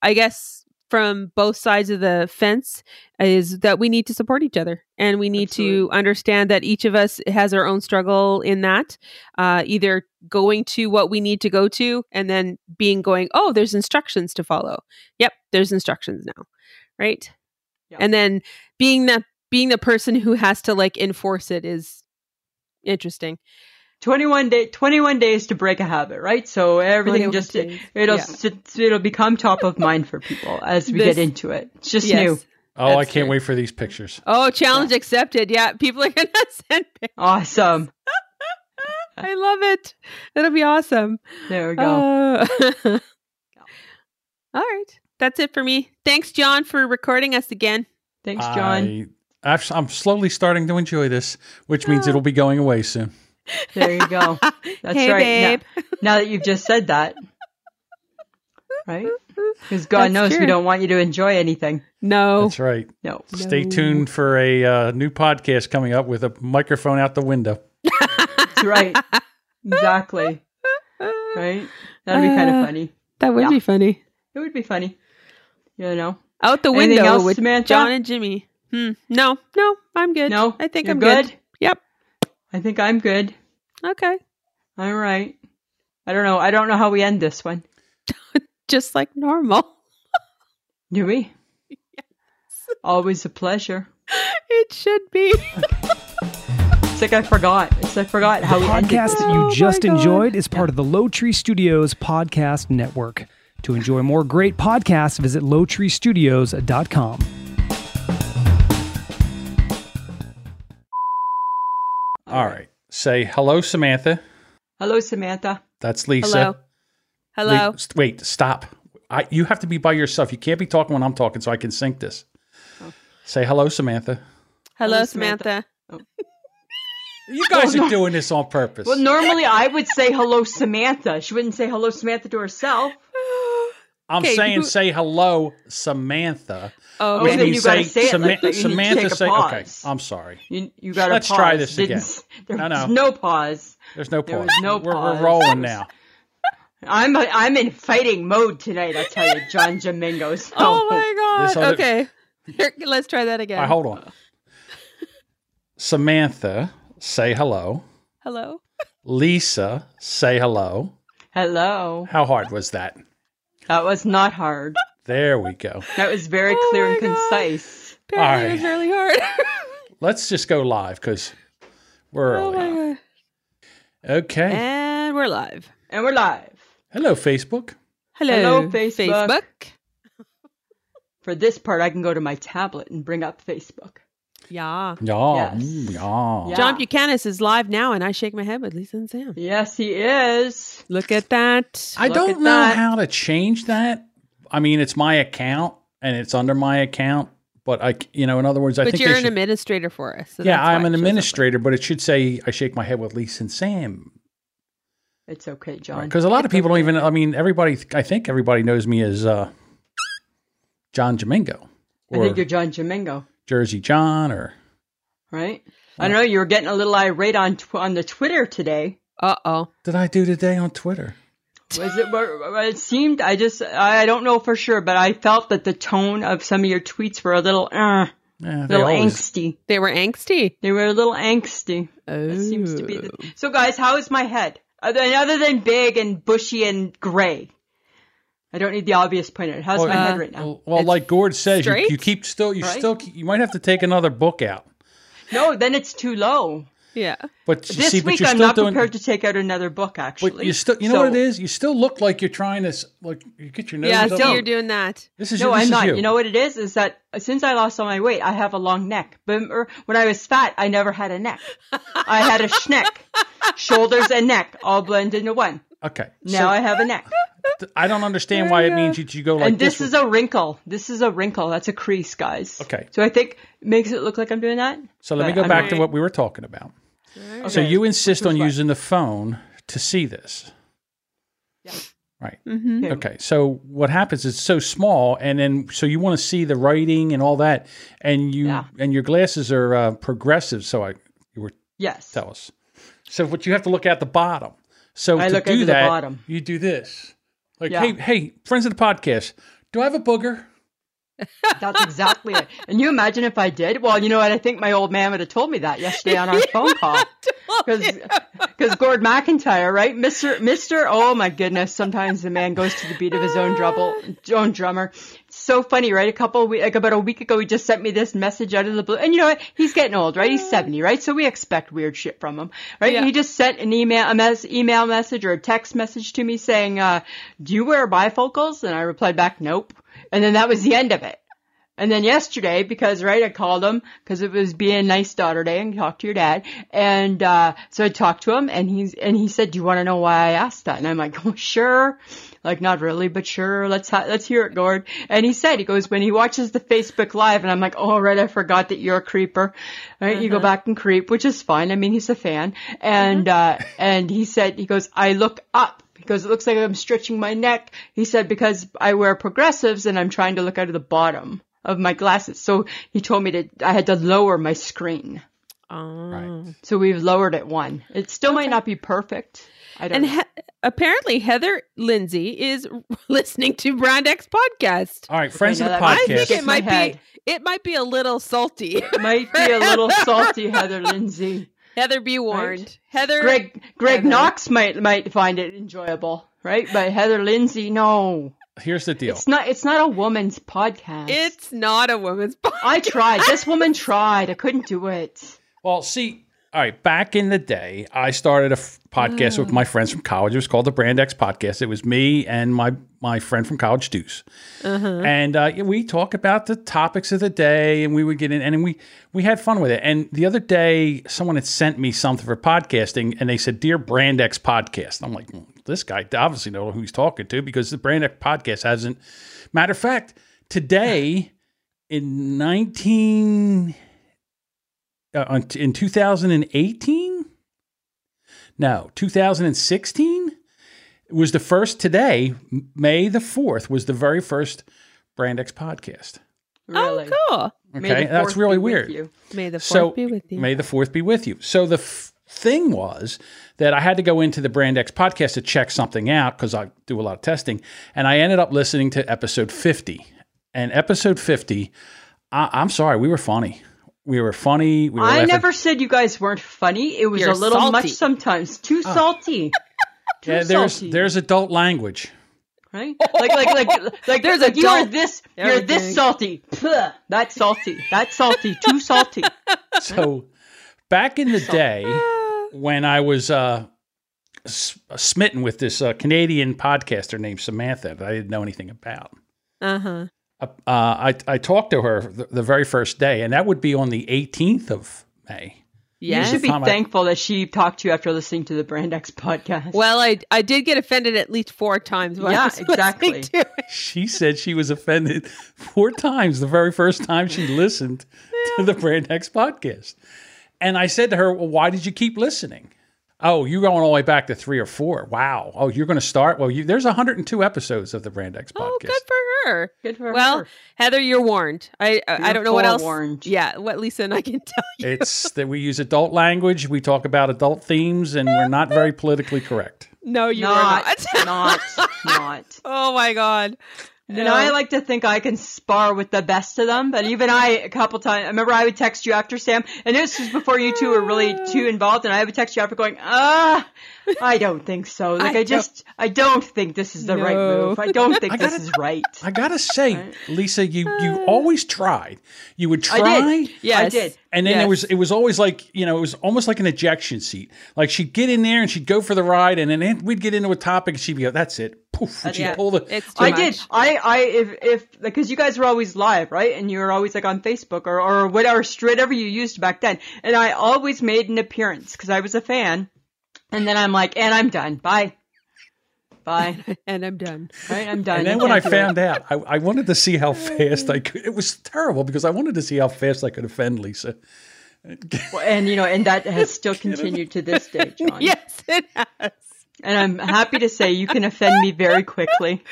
A: I guess, from both sides of the fence is that we need to support each other and we need to
B: Absolutely.
A: understand that each of us has our own struggle in that uh, either going to what we need to go to and then being going, oh, there's instructions to follow. Yep, there's instructions now, right?
B: Yeah.
A: And then being the being the person who has to like enforce it is interesting.
B: 21 day 21 days to break a habit, right? So everything
A: 21
B: just
A: days.
B: it'll
A: Yeah.
B: sit- it'll become top of mind for people as we
A: This-
B: get into it. It's just
A: Yes.
B: new.
C: Oh, I
A: That's
C: can't
A: fair.
C: wait for these pictures.
A: Oh, challenge accepted. Yeah, people are gonna [LAUGHS] send. pic-
B: Awesome.
A: I love it. It'll be awesome.
B: There we go.
A: Uh, [LAUGHS] all right, that's it for me. Thanks, John, for recording us again. [LAUGHS]
B: Thanks, John.
C: I, I've- I'm slowly starting to enjoy this, which means it'll be going away soon.
B: There you
A: [LAUGHS]
B: go. That's
A: hey,
B: right. Now-
A: babe.
B: Now, that you've just said that, right? Because God
A: That's
B: knows
A: true.
B: we don't want you to enjoy anything.
A: No.
C: That's right.
B: No.
C: Stay
A: No.
C: tuned for a uh, new podcast coming up with a microphone out the window.
A: [LAUGHS]
B: That's right. exactly. Right? That'd be kind
A: Uh,
B: of funny.
A: That would
B: Yeah.
A: be funny.
B: It would be funny. You know?
A: Out the
B: Anything
A: window
B: else,
A: with
B: Samantha?
A: John and Jimmy. Hmm. No, no, I'm good.
B: No?
A: I think
B: You're
A: I'm good. Yep.
B: I think I'm good.
A: Okay.
B: All right. I don't know. I don't know how we end this one.
A: Just like normal. [LAUGHS]
B: Do we? Always a pleasure.
A: It should be.
B: It's like I forgot. It's like I forgot how we ended
D: podcast
B: this.
D: that
A: Oh
D: you
A: my
D: just
A: God.
D: enjoyed is part of the Low Tree Studios podcast network. To enjoy more great podcasts, visit lowtreestudios.com.
C: All right. Say hello, Samantha.
B: Hello, Samantha.
C: That's Lisa.
A: Hello.
C: Wait,
A: Hello.
C: st- Wait, stop. I, you have to be by yourself. You can't be talking when I'm talking, so I can sync this.
A: Oh.
C: Say hello, Samantha.
A: Hello,
B: Hello,
A: Samantha.
B: Samantha.
A: [LAUGHS]
C: You
A: Oh,
C: guys are doing this on purpose.
B: Well, normally I would say hello, Samantha. She wouldn't say hello, Samantha to herself.
C: I'm
A: Okay,
C: saying
A: who-
C: say hello, Samantha.
A: Oh,
B: Which
A: okay.
B: then means- you gotta say it like that. You need to
C: Samantha
B: take a
C: say. Okay,
B: pause.
C: I'm sorry.
B: You, you got to
C: Let's
B: pause.
C: try this
B: Didn't
C: again.
B: s- [LAUGHS] There
C: No,
B: was
C: no.
B: no pause.
C: There's no
B: There
C: pause.
B: was no
C: we're,
B: pause.
C: we're rolling now.
B: I'm a, I'm in fighting mode tonight. I tell you, John Domingo. So.
A: oh my
C: This
A: God.
C: other-
A: Okay. Let's try that again.
C: All right, hold on. Samantha, say hello.
A: Hello.
C: Lisa, say hello.
B: Hello.
C: How hard was that?
B: That was not hard.
C: There we go.
B: That was very clear and concise.
A: Apparently it was
C: right.
A: really hard. [LAUGHS]
C: Let's just go live because we're
A: oh
C: early.
A: my God.
C: Okay.
A: And we're live.
B: And we're live
C: Hello, Facebook.
A: Hello,
B: Hello, Facebook.
A: Facebook.
B: for this part. I can go to my tablet and bring up Facebook.
A: Yeah.
C: Yeah.
B: Yes.
C: mm, yeah.
B: Yeah.
A: John Buchanan is live now, and I shake my head with Lisa and Sam.
B: Yes, he is.
A: Look at that.
C: I
B: Look
C: don't
B: at
C: know
B: that.
C: how to change that, I mean, it's my account and it's under my account, but I, c- you know, in other words, I
A: but
C: think
A: you're
C: they
A: an
C: should-
A: administrator for us. so
C: yeah,
A: that's why
C: I'm
A: it
C: an
A: shows up.
C: administrator, but it should say I shake my head with Lisa and Sam
B: It's okay, John.
C: because a lot of people don't even. I mean, everybody. I think everybody knows me as uh, John Domingo
B: I
C: or
B: think you're John Jamingo,
C: Jersey John or
B: right? I don't know. You were getting a little irate on tw- on the Twitter today.
A: Uh oh.
C: did I do today on Twitter?
B: Was it? were- It seemed. I just. I I don't know for sure, but I felt that the tone of some of your tweets were a little, uh,
C: Yeah, they
B: little
C: always.
B: angsty.
A: They were angsty.
B: They were a little angsty.
A: Oh.
B: That seems to be the. So, guys, how is my head? Other, other than big and bushy and gray, I don't need the obvious pointed. How's my
C: uh,
B: head right now?
C: Well, well, like Gord says, you,
A: straight,
C: you keep still. You
B: right?
C: still. keep- You might have to take another book out.
B: no, then it's too low.
A: Yeah.
C: But you
B: This
C: see, but
B: week
C: you're
B: I'm
C: still
B: not
C: doing.
B: prepared to take out another book. Actually,
C: But you still, you know
B: So-
C: what it is. You still look like you're trying to s- like you get your nose.
A: yeah.
C: up.
A: So you're doing that.
C: This is
B: No,
C: you- this
B: I'm
C: is
B: not.
C: You.
B: You. know what it is? Is that since I lost all my weight, I have a long neck. But er, when I was fat, I never had a neck. I had a
C: [LAUGHS]
B: schneck, shoulders and neck all blended into one.
C: Okay.
B: Now
C: so
B: I have a neck,
C: th- I don't understand why it means that you go like
B: and this,
C: this
B: is a wrinkle. This is a wrinkle. That's a crease, guys.
C: Okay.
B: So I think makes it look like I'm doing that.
C: So let me
B: but
C: go
B: I'm
C: back
B: not-
C: to what we were talking about. So
B: Okay.
C: you insist on
B: Which one?
C: using the phone to see this. Right.
A: Mm-hmm.
B: Yeah.
C: Okay. So what happens is it's so small, and then so you want to see the writing and all that, and you
B: Yeah.
C: and your glasses are uh, progressive. So I you were
B: Yes.
C: tell us. So what you have to look at the bottom. So
B: I
C: to
B: look
C: do
B: at the
C: that,
B: bottom.
C: you do this. Like
B: Yeah.
C: hey hey friends of the podcast, do I have a booger?
B: That's exactly it. And you imagine if I did? Well, you know what? I think my old man would have told me that yesterday on
C: [LAUGHS]
B: our phone call. [LAUGHS]
A: [LAUGHS]
B: Because Gord McIntyre, right? Mr. Mr. Oh my goodness. Sometimes the man goes to the beat of his own drumble, own drummer. It's so funny, right? A couple, we- like about a week ago, he just sent me this message out of the blue. And you know what? He's getting old, right? He's 70, right? So we expect weird shit from him, right?
A: Yeah.
B: He just sent an email, a mes- email message or a text message to me saying, uh, do you wear bifocals? And I replied back, nope. And then that was the end of it. And then yesterday, because right, I called him because it was being nice daughter day and talk to your dad. And uh, so I talked to him, and he's and he said, "Do you want to know why I asked that?" And I'm like, "Oh, sure." Like not really, but sure. Let's ha- let's hear it, Gord. And he said, he goes when he watches the Facebook Live, and I'm like, "Oh, right, I forgot that you're a creeper." Right, you go back and creep, which is fine. I mean, he's a fan, and uh, and he said, he goes, "I look up." because it looks like I'm stretching my neck. He said because I wear progressives and I'm trying to look out of the bottom of my glasses. So he told me to I had to lower my screen.
C: Right.
B: So we've lowered it one. It still might not be perfect. I don't
A: And [LAUGHS]
B: know.
A: he- apparently Heather Lindsay is [LAUGHS] listening to Brand X podcast.
C: All right, friends of the
B: now that
A: I
B: makes
A: think
B: Yes.
A: it
C: podcast.
B: sense.
A: might
B: My
A: be it might be a little salty. [LAUGHS]
B: might be a little salty, Heather Lindsay.
A: Heather, be warned. Heather,
B: Greg Greg
A: Heather.
B: Knox might might find it enjoyable, right? But Heather Lindsay, no.
C: Here's the deal.
B: It's not it's not a woman's podcast.
A: it's not a woman's [LAUGHS] podcast.
B: I tried. This woman tried. I couldn't do it.
C: Well, see, all right, back in the day, I started a f- podcast with my friends from college. It was called the Brand X Podcast. It was me and my my friend from college, Deuce, and uh, yeah, we talk about the topics of the day, and we would get in, and we we had fun with it. And the other day, someone had sent me something for podcasting, and they said, "Dear Brand X Podcast," I'm like, well, "This guy obviously knows who he's talking to because the Brand X Podcast hasn't." Matter of fact, today in 19- uh, on- in 2018 no 2016 was the first today M- may the 4th was the very first brand x podcast
B: Really.
A: Oh, cool.
B: May
C: okay
B: the
C: that's
B: fourth
C: really
B: be with
C: weird
B: you.
A: May the fourth
C: so
A: be with you.
C: may the 4th be with you so the f- thing was that i had to go into the brand x podcast to check something out because i do a lot of testing and i ended up listening to episode 50 and episode 50 I- i'm sorry we were funny we were funny we were
B: I
C: laughing.
B: never said you guys weren't funny. It was
A: You're
B: a little
A: salty.
B: much sometimes, too
C: [LAUGHS]
B: salty. Too
C: Oh. Yeah, there's
B: salty,
C: there's adult language.
B: right. Like
A: [LAUGHS]
B: like like
A: There's
B: like there's like you are
A: adult
B: this you're
A: everything.
B: this salty. Pugh, that's salty. That's salty.
A: [LAUGHS]
B: Too salty.
C: So back in the day when I was uh, s- smitten with this uh, Canadian podcaster named Samantha that I didn't know anything about,
A: uh huh.
C: uh, I I talked to her the, the very first day, and that would be on the 18th of May.
A: Yes.
B: You should be
C: Tom, I-
B: thankful that she talked to you after listening to the Brand X podcast.
A: well, I I did get offended at least four times. While
B: Yeah,
A: I was [LAUGHS] listening
B: exactly.
A: to it.
C: She said she was offended four times the very first time she listened to the Brand X podcast. And I said to her, Well, why did you keep listening? Oh, you're going all the way back to three or four. Wow. Oh, you're going to start? Well, you, there's 102 episodes of the Brand X podcast.
A: Oh, good for her.
B: Good for
A: well,
B: her.
A: Heather, you're warned. I I, I
B: You're
A: don't know what else.
B: forewarned.
A: Yeah, what Lisa and I can [LAUGHS] tell you.
C: It's that we use adult language, we talk about adult themes, and we're not very politically correct.
A: No, you are
B: not,
A: not.
B: not, not.
A: [LAUGHS] oh my god.
B: And I like to think I can spar with the best of them, but even I, a couple times, I remember I would text you after Sam, and this was before you two were really too involved, and I would text you after going, ah, I don't think so. Like,
A: I
B: I, just, I don't think this is the right
A: No.
B: move. I don't think
C: I
B: this
C: gotta-
B: is right.
C: I gotta say, Lisa, you
A: Uh,
C: you always tried. You would try.
B: did. I
A: Yes.
B: did.
C: And then
A: Yes.
C: it was it was always like you know it was almost like an ejection seat. Like she'd get in there and she'd go for the ride, and then we'd get into a topic, and she'd be like, "That's it." Poof. And she'd
B: it.
C: pull the.
A: Uh, It's too
B: I
A: much.
B: did. I, I, if, if, because you guys were always live, right? And you were always like on Facebook or, or whatever, whatever you used back then. And I always made an appearance because I was a fan. And then I'm like, and I'm done. Bye.
C: [LAUGHS]
B: Bye.
A: And I'm done.
B: Right? I'm done.
C: And then when I found out, I, I wanted to see how fast I could. It was terrible because I wanted to see how fast I could offend Lisa.
B: Well, and you know, and that
C: [LAUGHS]
B: has still continued to this day,
A: [LAUGHS]
B: John.
A: Yes, it has.
B: And I'm happy to say you can offend me very quickly.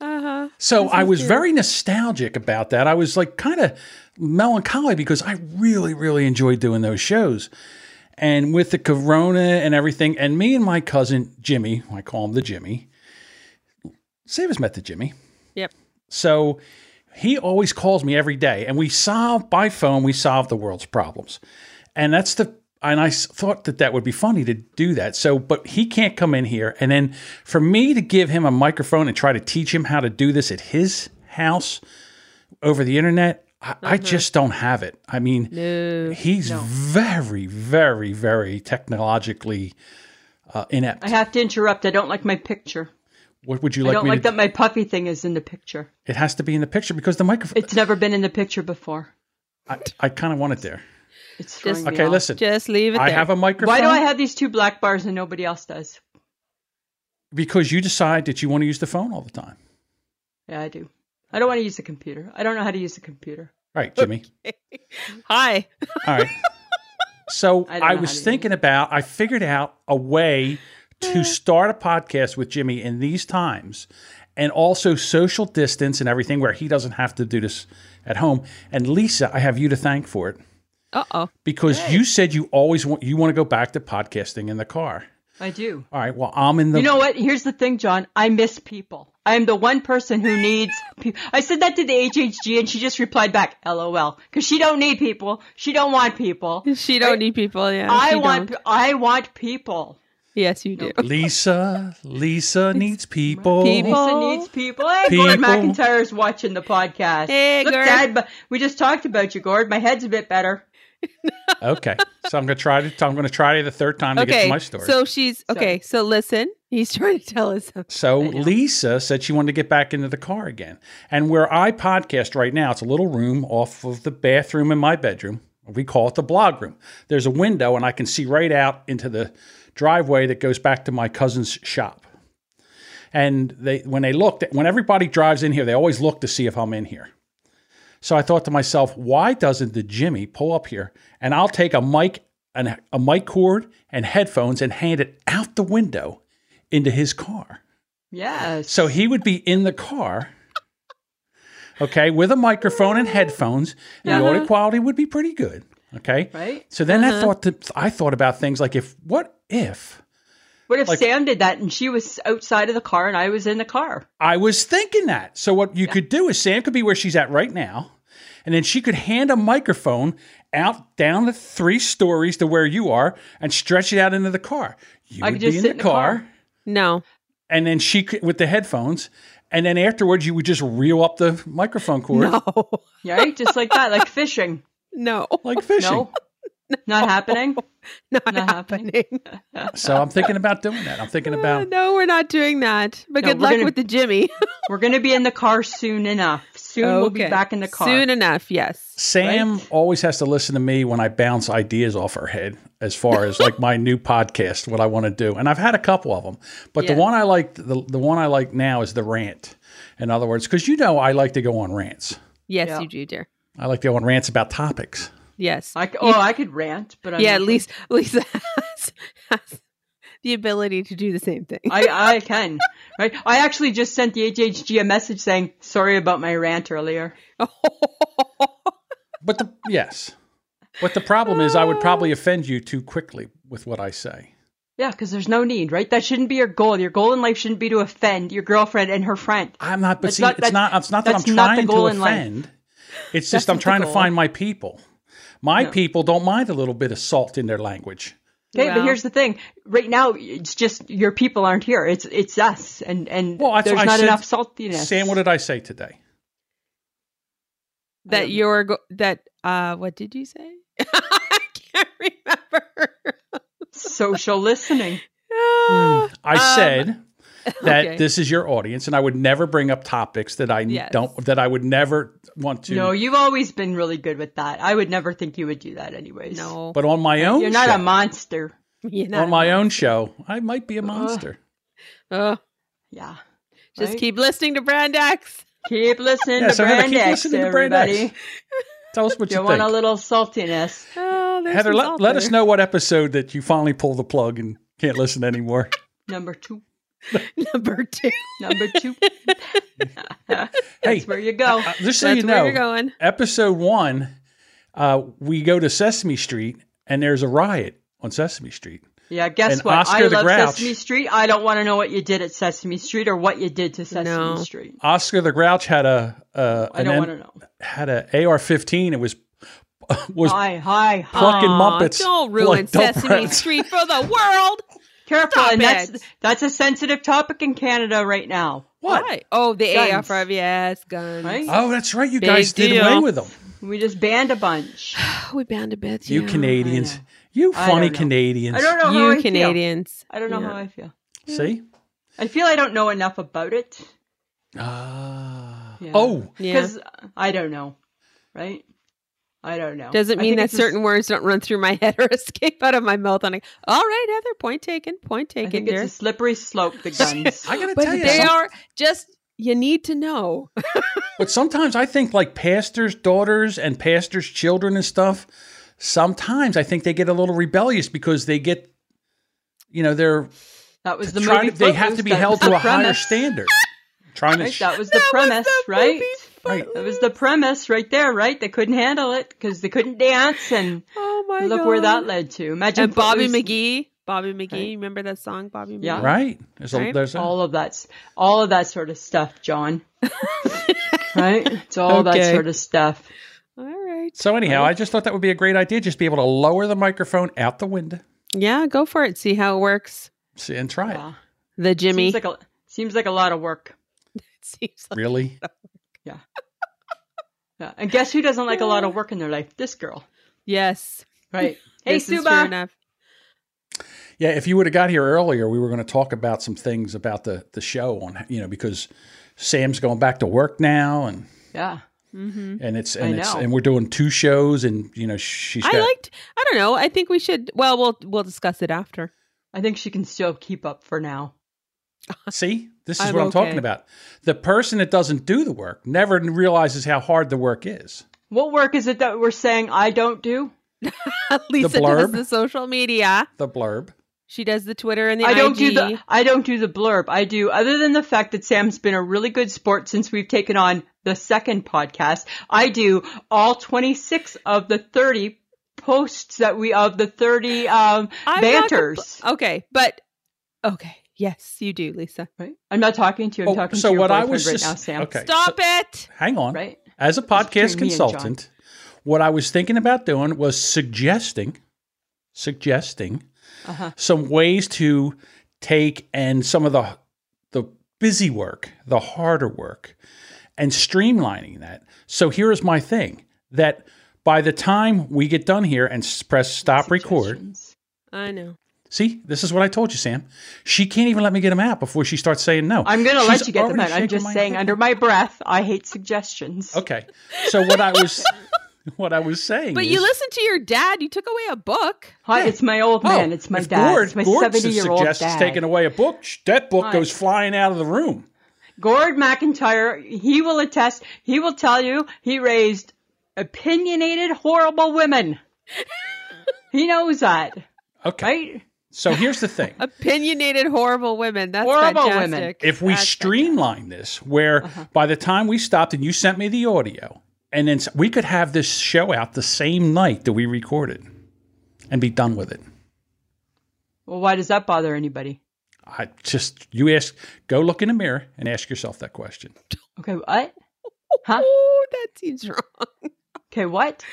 A: Uh-huh.
C: So I was very nostalgic about that. I was like kind of melancholy because I really, really enjoyed doing those shows. And with the corona and everything, and me and my cousin Jimmy, I call him the Jimmy. Savas met the Jimmy.
A: Yep.
C: So he always calls me every day, and we solve by phone. We solve the world's problems, and that's the. And I s- thought that that would be funny to do that. So, but he can't come in here, and then for me to give him a microphone and try to teach him how to do this at his house over the internet, I, I
B: Mm-hmm.
C: just don't have it. I mean, he's very, very, very technologically uh, inept.
B: I have to interrupt. I don't like my picture.
C: what would you
B: I
C: like
B: don't
C: me
B: like
C: to?
B: that my puffy thing is in the picture.
C: It has to be in the picture because the microphone.
B: It's never been in the picture before.
C: I, I kind of want it there.
B: It's throwing
A: Just-
B: me
C: Okay,
B: off.
C: listen.
A: Just leave it
C: I
A: there.
C: have a microphone.
B: Why do I have these two black bars and nobody else does?
C: Because you decide that you want to use the phone all the time.
B: Yeah, I do. I don't want to use a computer. I don't know how to use a computer.
C: Right, Jimmy.
A: Hi.
C: all
B: [LAUGHS]
C: right. So
B: I don't
C: I,
B: know how
C: was
B: to
C: thinking about, I figured out a way
B: Eh.
C: to start a podcast with Jimmy in these times and also social distance and everything where he doesn't have to do this at home. And Lisa, I have you to thank for it
A: Uh oh.
C: because you said you always want, you want to go back to podcasting in the car.
B: I do.
C: All right. Well, I'm in the.
B: You know what? Here's the thing, John. I miss people. I am the one person who needs people. I said that to the HHG and she just replied back, LOL. Cause she don't need people. She don't want people.
A: [LAUGHS] She don't need people. Yeah.
B: I
A: she
B: want,
A: don't.
B: I want people.
A: Yes, you do.
C: Lisa, Lisa needs people.
A: People.
B: Lisa needs people. Hey, Gord
C: People.
B: McIntyre's watching the podcast.
A: Hey,
B: Look,
A: Gord.
B: Dad, but we just talked about you, Gord. My head's a bit better.
C: Okay, so I'm gonna try to. I'm gonna try the third time to get to
A: Okay.
C: my story.
A: So she's okay. So listen, he's [LAUGHS] trying to tell us something.
C: So Lisa said she wanted to get back into the car again. And where I podcast right now, it's a little room off of the bathroom in my bedroom. We call it the blog room. There's a window, and I can see right out into the driveway that goes back to my cousin's shop. And they, when they looked, when everybody drives in here, they always look to see if I'm in here. So I thought to myself, why doesn't the Jimmy pull up here and I'll take a mic and a mic cord and headphones and hand it out the window into his car.
B: Yes.
C: So he would be in the car, okay, with a microphone and headphones, and the audio quality would be pretty good, okay.
B: Uh-huh. Right? Uh-huh.
C: So then I thought that I thought about things like if what if
B: What if Sam did that and she was outside of the car and I was in the car?
C: I was thinking that. So what you could do is Sam could be where she's at right now, and then she could hand a microphone out down the three stories to where you are and stretch it out into the car. You
B: I
C: would
B: could just
C: be in
B: sit
C: the, car.
A: No.
C: and then she could, with the headphones, and then afterwards you would just reel up the microphone cord
A: No. [LAUGHS]
B: Right? just like that, like fishing.
A: No.
C: like fishing.
B: No? Not happening?
A: [LAUGHS] Not,
B: Not
A: happening.
B: happening.
A: [LAUGHS]
C: So I'm thinking about doing that. I'm thinking about
A: no, we're not doing that. But
B: No,
A: good
B: we're
A: luck
B: gonna- [LAUGHS]
A: with the Jimmy.
B: We're going to be in the car soon enough. Soon we'll be back in the car.
A: Soon enough, yes.
C: Sam always has to listen to me when I bounce ideas off her head as far as like my new podcast, what I want to do. And I've had a couple of them, but the
A: Yeah.
C: one I like, the, the one I like now is the rant. In other words, because you know I like to go on rants.
A: Yes,
B: Yeah.
A: you do, dear.
C: I like to go on rants about topics.
A: Yes.
B: I c- oh, I could rant, but I'm
A: yeah,
B: not going
A: Lisa, [LAUGHS] Lisa has, has the ability to do the same thing.
B: I, I can. Right? I actually just sent the HHG a message saying, sorry about my rant earlier.
C: But the yes, but the problem is I would probably offend you too quickly with what I say.
B: Yeah, because there's no need, right? That shouldn't be your goal. Your goal in life shouldn't be to offend your girlfriend and her friend.
C: I'm not. But
B: That's
C: see,
B: not-
C: it's
B: that-
C: not. It's not that I'm
B: that's not the
C: trying to
B: goal in life.
C: offend. It's
B: That's
C: just I'm
B: not the
C: trying to
B: goal.
C: find my people. My people don't mind a little bit of salt in their language.
B: Okay, but
A: Well.
B: here's the thing. Right now, it's just your people aren't here. It's it's us, and and
C: Well, that's
B: there's
C: what I
B: not
C: said-
B: enough saltiness.
C: Sam, what did I say today?
A: [LAUGHS] that
B: Um,
A: you're go- that uh what did you say? [LAUGHS] I can't remember.
B: social listening.
A: [LAUGHS] Ah,
C: I
A: Um,
B: [LAUGHS]
C: said that
A: okay.
C: this is your audience, and I would never bring up topics that I
A: Yes.
C: don't. That I would never want to.
B: No, you've always been really good with that. I would never think you would do that, anyways.
A: no.
C: but on my own,
B: you're not
C: show,
B: a monster.
A: [LAUGHS] You're not
C: on my own show, I might
B: Uh,
C: be a monster.
A: Oh,
B: Yeah.
A: just
B: Right?
A: keep listening to Brand X.
B: Keep listening
C: Yeah,
B: to
C: so Heather,
B: Brand
C: keep
B: X,
C: listening to Brand X.
B: everybody.
C: Tell us what you,
B: You
C: think,
B: want a little saltiness.
A: Oh, there's
C: Heather.
A: some
C: Let,
A: salt
C: let us
A: there.
C: know what episode that you finally pull the plug and can't listen
B: [LAUGHS]
C: anymore.
B: Number two.
A: [LAUGHS] number
C: [LAUGHS]
A: two.
B: Number two. That's
C: Hey,
B: where you go.
C: Uh, just so
A: That's
C: you
A: where
C: know,
A: you're going.
C: episode one, uh, we go to Sesame Street and there's a riot on Sesame Street.
B: Yeah, guess
C: and
B: what?
C: Oscar
B: I
C: the
B: love
C: Grouch.
B: Sesame Street. I don't want to know what you did at Sesame Street or what you did to Sesame
A: No.
B: Street.
C: Oscar the Grouch had a uh,
B: I
C: an
B: don't
C: M-
B: want to know.
C: had a AR-15. It was was
B: Hi, hi, hi.
C: plucking
A: Aw,
C: Muppets.
A: Don't
C: like
A: ruin
C: dumb [LAUGHS]
A: Sesame
C: brats.
A: Street for the world.
B: Careful,
A: Stop
B: and
A: it.
B: that's that's a sensitive topic in Canada right now.
C: What?
A: Why? Oh, the
B: Guns.
A: AFRVS guns.
B: Right?
C: Oh, that's right. You
A: Big
C: guys did
A: deal.
C: away with them.
B: We just banned a bunch.
A: Oh, we bound a bit.
C: You
A: yeah.
C: Canadians.
B: I know.
C: You
B: I
C: funny
B: don't know.
C: Canadians.
B: I don't know how
A: You
B: I feel.
A: Canadians.
B: I don't know
A: Yeah.
B: how I feel.
C: See?
B: I feel I don't know enough about it
C: Ah.
B: Yeah.
C: Oh,
A: Yeah.
B: because I don't know, right? I don't know.
A: Doesn't
B: I
A: mean
B: think
A: that
B: it's just-
A: certain words don't run through my [LAUGHS] head or escape out of my mouth. On a, all right, Heather, point taken, point
B: I
A: taken,
B: think
A: dear.
B: it's a slippery slope.
C: [LAUGHS]
B: The guns.
C: I gotta
A: but
C: tell you,
A: they
C: some-
A: are just you need to know. [LAUGHS]
C: But sometimes I think like pastors' daughters and pastors' children and stuff. Sometimes I think they get a little rebellious because they get, you know, they're
B: that was the
C: trying
B: movie.
C: to, they have to
B: Footloose.
C: be
B: That
C: held
B: was
C: to
B: the
C: a higher
B: premise.
C: standard. Trying to,
B: Right,
C: sh-
B: that was the premise,
A: the
B: right?
A: movie
C: right?
B: That was the premise right there, right? They couldn't handle it because they couldn't dance, and
A: Oh my god!
B: look where that led to. Imagine
A: And Uh, Bobby
B: Footloose-
A: McGee, Bobby McGee,
B: Right.
A: you remember that song, Bobby?
B: Yeah.
A: McGee?
C: Right? There's a,
A: Right?
C: there's a,
B: all of that, s- all of that sort of stuff,
A: [LAUGHS]
B: John. right? It's all
A: Okay.
B: that sort of stuff.
A: All right.
C: so anyhow, I just thought that would be a great idea. Just be able to lower the microphone out the window
A: Yeah, go for it. See how it works.
C: see, and try
B: Yeah.
C: it.
A: The Jimmy
B: Seems like a seems like a lot of work.
A: [LAUGHS] Seems
B: [LAUGHS]
A: like-
C: Really?
B: Yeah. And guess who doesn't like a lot of work in their life? This girl,
A: yes.
B: right? [LAUGHS] Hey,
A: This is
B: Suba.
A: fair enough.
C: Yeah. If you would have got here earlier, we were going to talk about some things about the the show on you know because Sam's going back to work now and.
B: Yeah.
A: Mm-hmm.
C: and it's and it's
B: know.
C: and we're doing two shows and you know she's
A: I
C: got
A: liked. I don't know. I think we should. Well, we'll we'll discuss it after. [LAUGHS]
B: I think she can still keep up for now.
C: see this is
A: I'm
C: what i'm talking
A: okay.
C: about the person that doesn't do the work never realizes how hard the work is
B: What work is it that we're saying I don't do?
A: Lisa does
C: blurb.
A: the social media.
C: the blurb
A: She does the Twitter and the
B: I don't
A: IG.
B: do the I don't do the blurb. I do other than the fact that Sam's been a really good sport since we've taken on the second podcast. I do all 26 of the 30 posts that we of the 30 um
A: I'm not compl-
B: banters.
A: okay, but okay, yes, you do, Lisa.
B: right? I'm not talking to you. I'm
C: Oh,
B: talking
C: so
B: to your
C: what I
B: boyfriend
C: was
B: right
C: just-
B: now, Sam.
C: okay.
A: Stop it.
C: hang on
B: Right?
C: as a
B: between me
C: podcast
B: and
C: consultant what i was thinking about doing was suggesting suggesting
B: Uh-huh.
C: some ways to take and some of the the busy work, the harder work, and streamlining that. So here is my thing that by the time we get done here and s- press stop record,
B: Suggestions.
A: I know.
C: See, this is what I told you, Sam. She can't even let me get him out before she starts saying no.
B: I'm going to
C: She's
B: let you get them
C: already
B: out. I'm
C: shaking
B: just
C: my
B: saying,
C: head.
B: under my breath, I hate suggestions.
C: Okay. So what I
B: [LAUGHS]
C: was what I was saying
A: But
C: is,
A: you listened to your dad. You took away a book.
B: Hi, it's my old man. it's my
C: oh, if
B: dad.
C: Gord,
B: it's my
C: Gord
B: seventy-year-old
C: suggests
B: dad.
C: taking away a book, sh- that book
B: Hi.
C: goes flying out of the room.
B: Gord McIntyre. He will attest. He will tell you he raised opinionated, horrible
A: [LAUGHS]
B: women. he knows that,
C: Okay.
B: right?
C: So here's
B: [LAUGHS]
C: the thing.
A: Opinionated, horrible women. That's
B: Horrible
A: fantastic.
B: women.
C: if we
A: That's
C: streamline this where
B: Uh-huh.
C: by the time we stopped and you sent me the audio and then s- we could have this show out the same night that we recorded and be done with it
B: Well, why does that bother anybody?
C: i just you ask go look in the mirror and ask yourself that question
B: Okay, what? Huh?
A: Oh, that seems wrong.
B: Okay, what?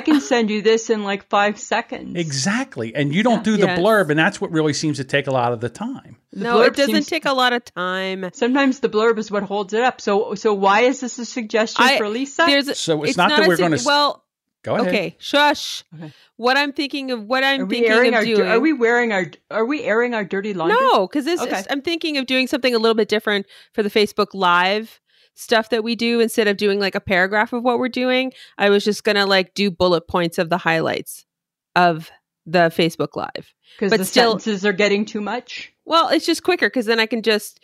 A: [LAUGHS]
B: can send you this in like five seconds.
C: exactly and you don't do the
A: Yes.
C: blurb and that's what really seems to take a lot of the time
B: The
A: no, it
B: blurb
A: doesn't
B: seems-
A: take a lot of time.
B: Sometimes the blurb is what holds it up. So, so why is this a suggestion
A: I-
B: for Lisa?
A: There's a-
C: So it's not that
A: a
C: we're gonna
A: sig-
C: s-
A: Well,
C: go ahead
A: okay, shush.
B: Okay.
A: What I'm thinking of, what I'm
B: are we
A: thinking
B: airing
A: of
B: our?
A: doing.
B: Are we wearing our? Are we airing our dirty laundry?
A: No, because this
B: Okay.
A: is, I'm thinking of doing something a little bit different for the Facebook Live stuff that we do instead of doing like a paragraph of what we're doing. I was just gonna like do bullet points of the highlights of the Facebook Live.
B: because
A: but
B: the
A: still-
B: sentences are getting too much.
A: Well, it's just quicker because then I can just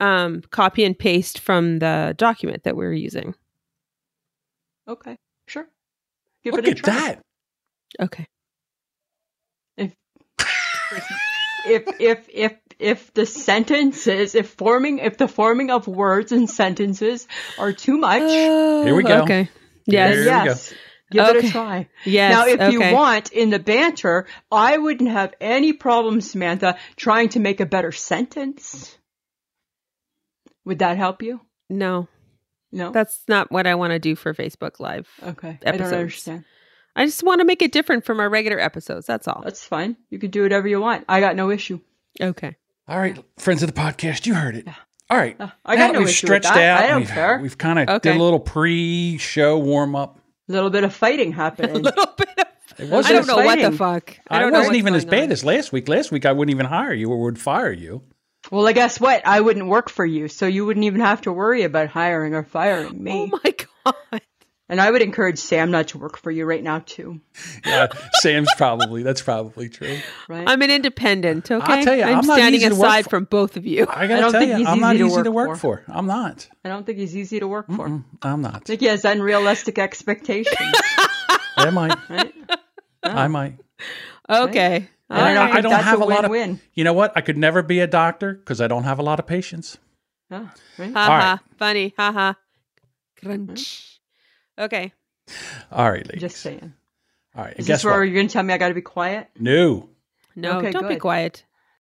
A: um, copy and paste from the document that we're using.
B: Okay, sure. Give
C: look
B: it a
C: at
B: try.
C: that
A: Okay.
B: If if if if the sentences, if forming, if the forming of words and sentences are too much,
C: Here we go.
A: Oh, Okay.
B: then
A: Yes.
C: Here we go.
B: yes, give it
A: Uh, Okay.
B: a try.
A: Yes.
B: now, if you
A: okay.
B: want in the banter, I wouldn't have any problem, Samantha, trying to make a better sentence. Would that help you?
A: no,
B: No.
A: that's not what I want to do for Facebook Live.
B: okay. I
A: episodes.
B: don't understand.
A: I just want to make it different from our regular episodes. That's all.
B: That's fine. You can do whatever you want. I got no issue.
A: Okay.
C: all right friends of the podcast you heard it all right
B: Uh, I got
C: now that
B: no
C: we've
B: issue with
C: stretched
B: that.
C: out
B: I don't
C: we've,
B: care.
C: we've kind of
A: Okay.
C: did a little pre-show warm-up
B: A little bit of fighting
A: A [LAUGHS]
B: happening.
A: little
C: [LAUGHS]
A: bit of
C: it
A: I
C: wasn't
A: don't
C: a
A: know what the
B: fighting.
A: fuck. I
C: I,
A: don't know
C: wasn't
A: what's
C: even as
A: going
C: bad
A: on.
C: as last week. Last week I wouldn't even hire you or would fire you.
B: well, I guess what? I wouldn't work for you, so you wouldn't even have to worry about hiring or firing me.
A: Oh my [LAUGHS] god.
B: and I would encourage Sam not to work for you right now, too. [LAUGHS]
C: Yeah, Uh, Sam's probably that's probably true.
B: Right?
A: I'm an independent, okay?
C: tell you,
A: I'm,
C: I'm not
A: standing
C: easy to work
A: aside
C: for.
A: from both of
C: [LAUGHS]
A: you.
C: I
B: I
C: gotta
B: don't
C: tell
B: think
C: you,
B: he's
C: I'm
B: easy
C: not
B: to
C: easy to
B: work
C: work for. I'm not.
B: I don't think he's easy to work for.
C: Mm, I'm not.
B: I think he has unrealistic
A: [LAUGHS]
B: expectations.
C: I
B: [LAUGHS]
C: might.
B: Right?
C: I might.
A: Okay.
B: And I
A: All
B: don't,
A: right.
B: think
C: I don't
B: that's
C: have a lot of-
B: win-win.
C: You know what? I could never be a doctor because I don't have a lot of patience.
B: Huh, right?
A: Ha
C: All
A: ha. Funny. Ha ha. Crunch. Okay.
C: All right, ladies.
B: Just saying.
C: All right. And
B: Is
C: guess
B: this where
C: what?
B: you're going to tell me I got to be quiet?
C: No.
A: No,
B: Okay,
A: don't be
B: good.
A: quiet.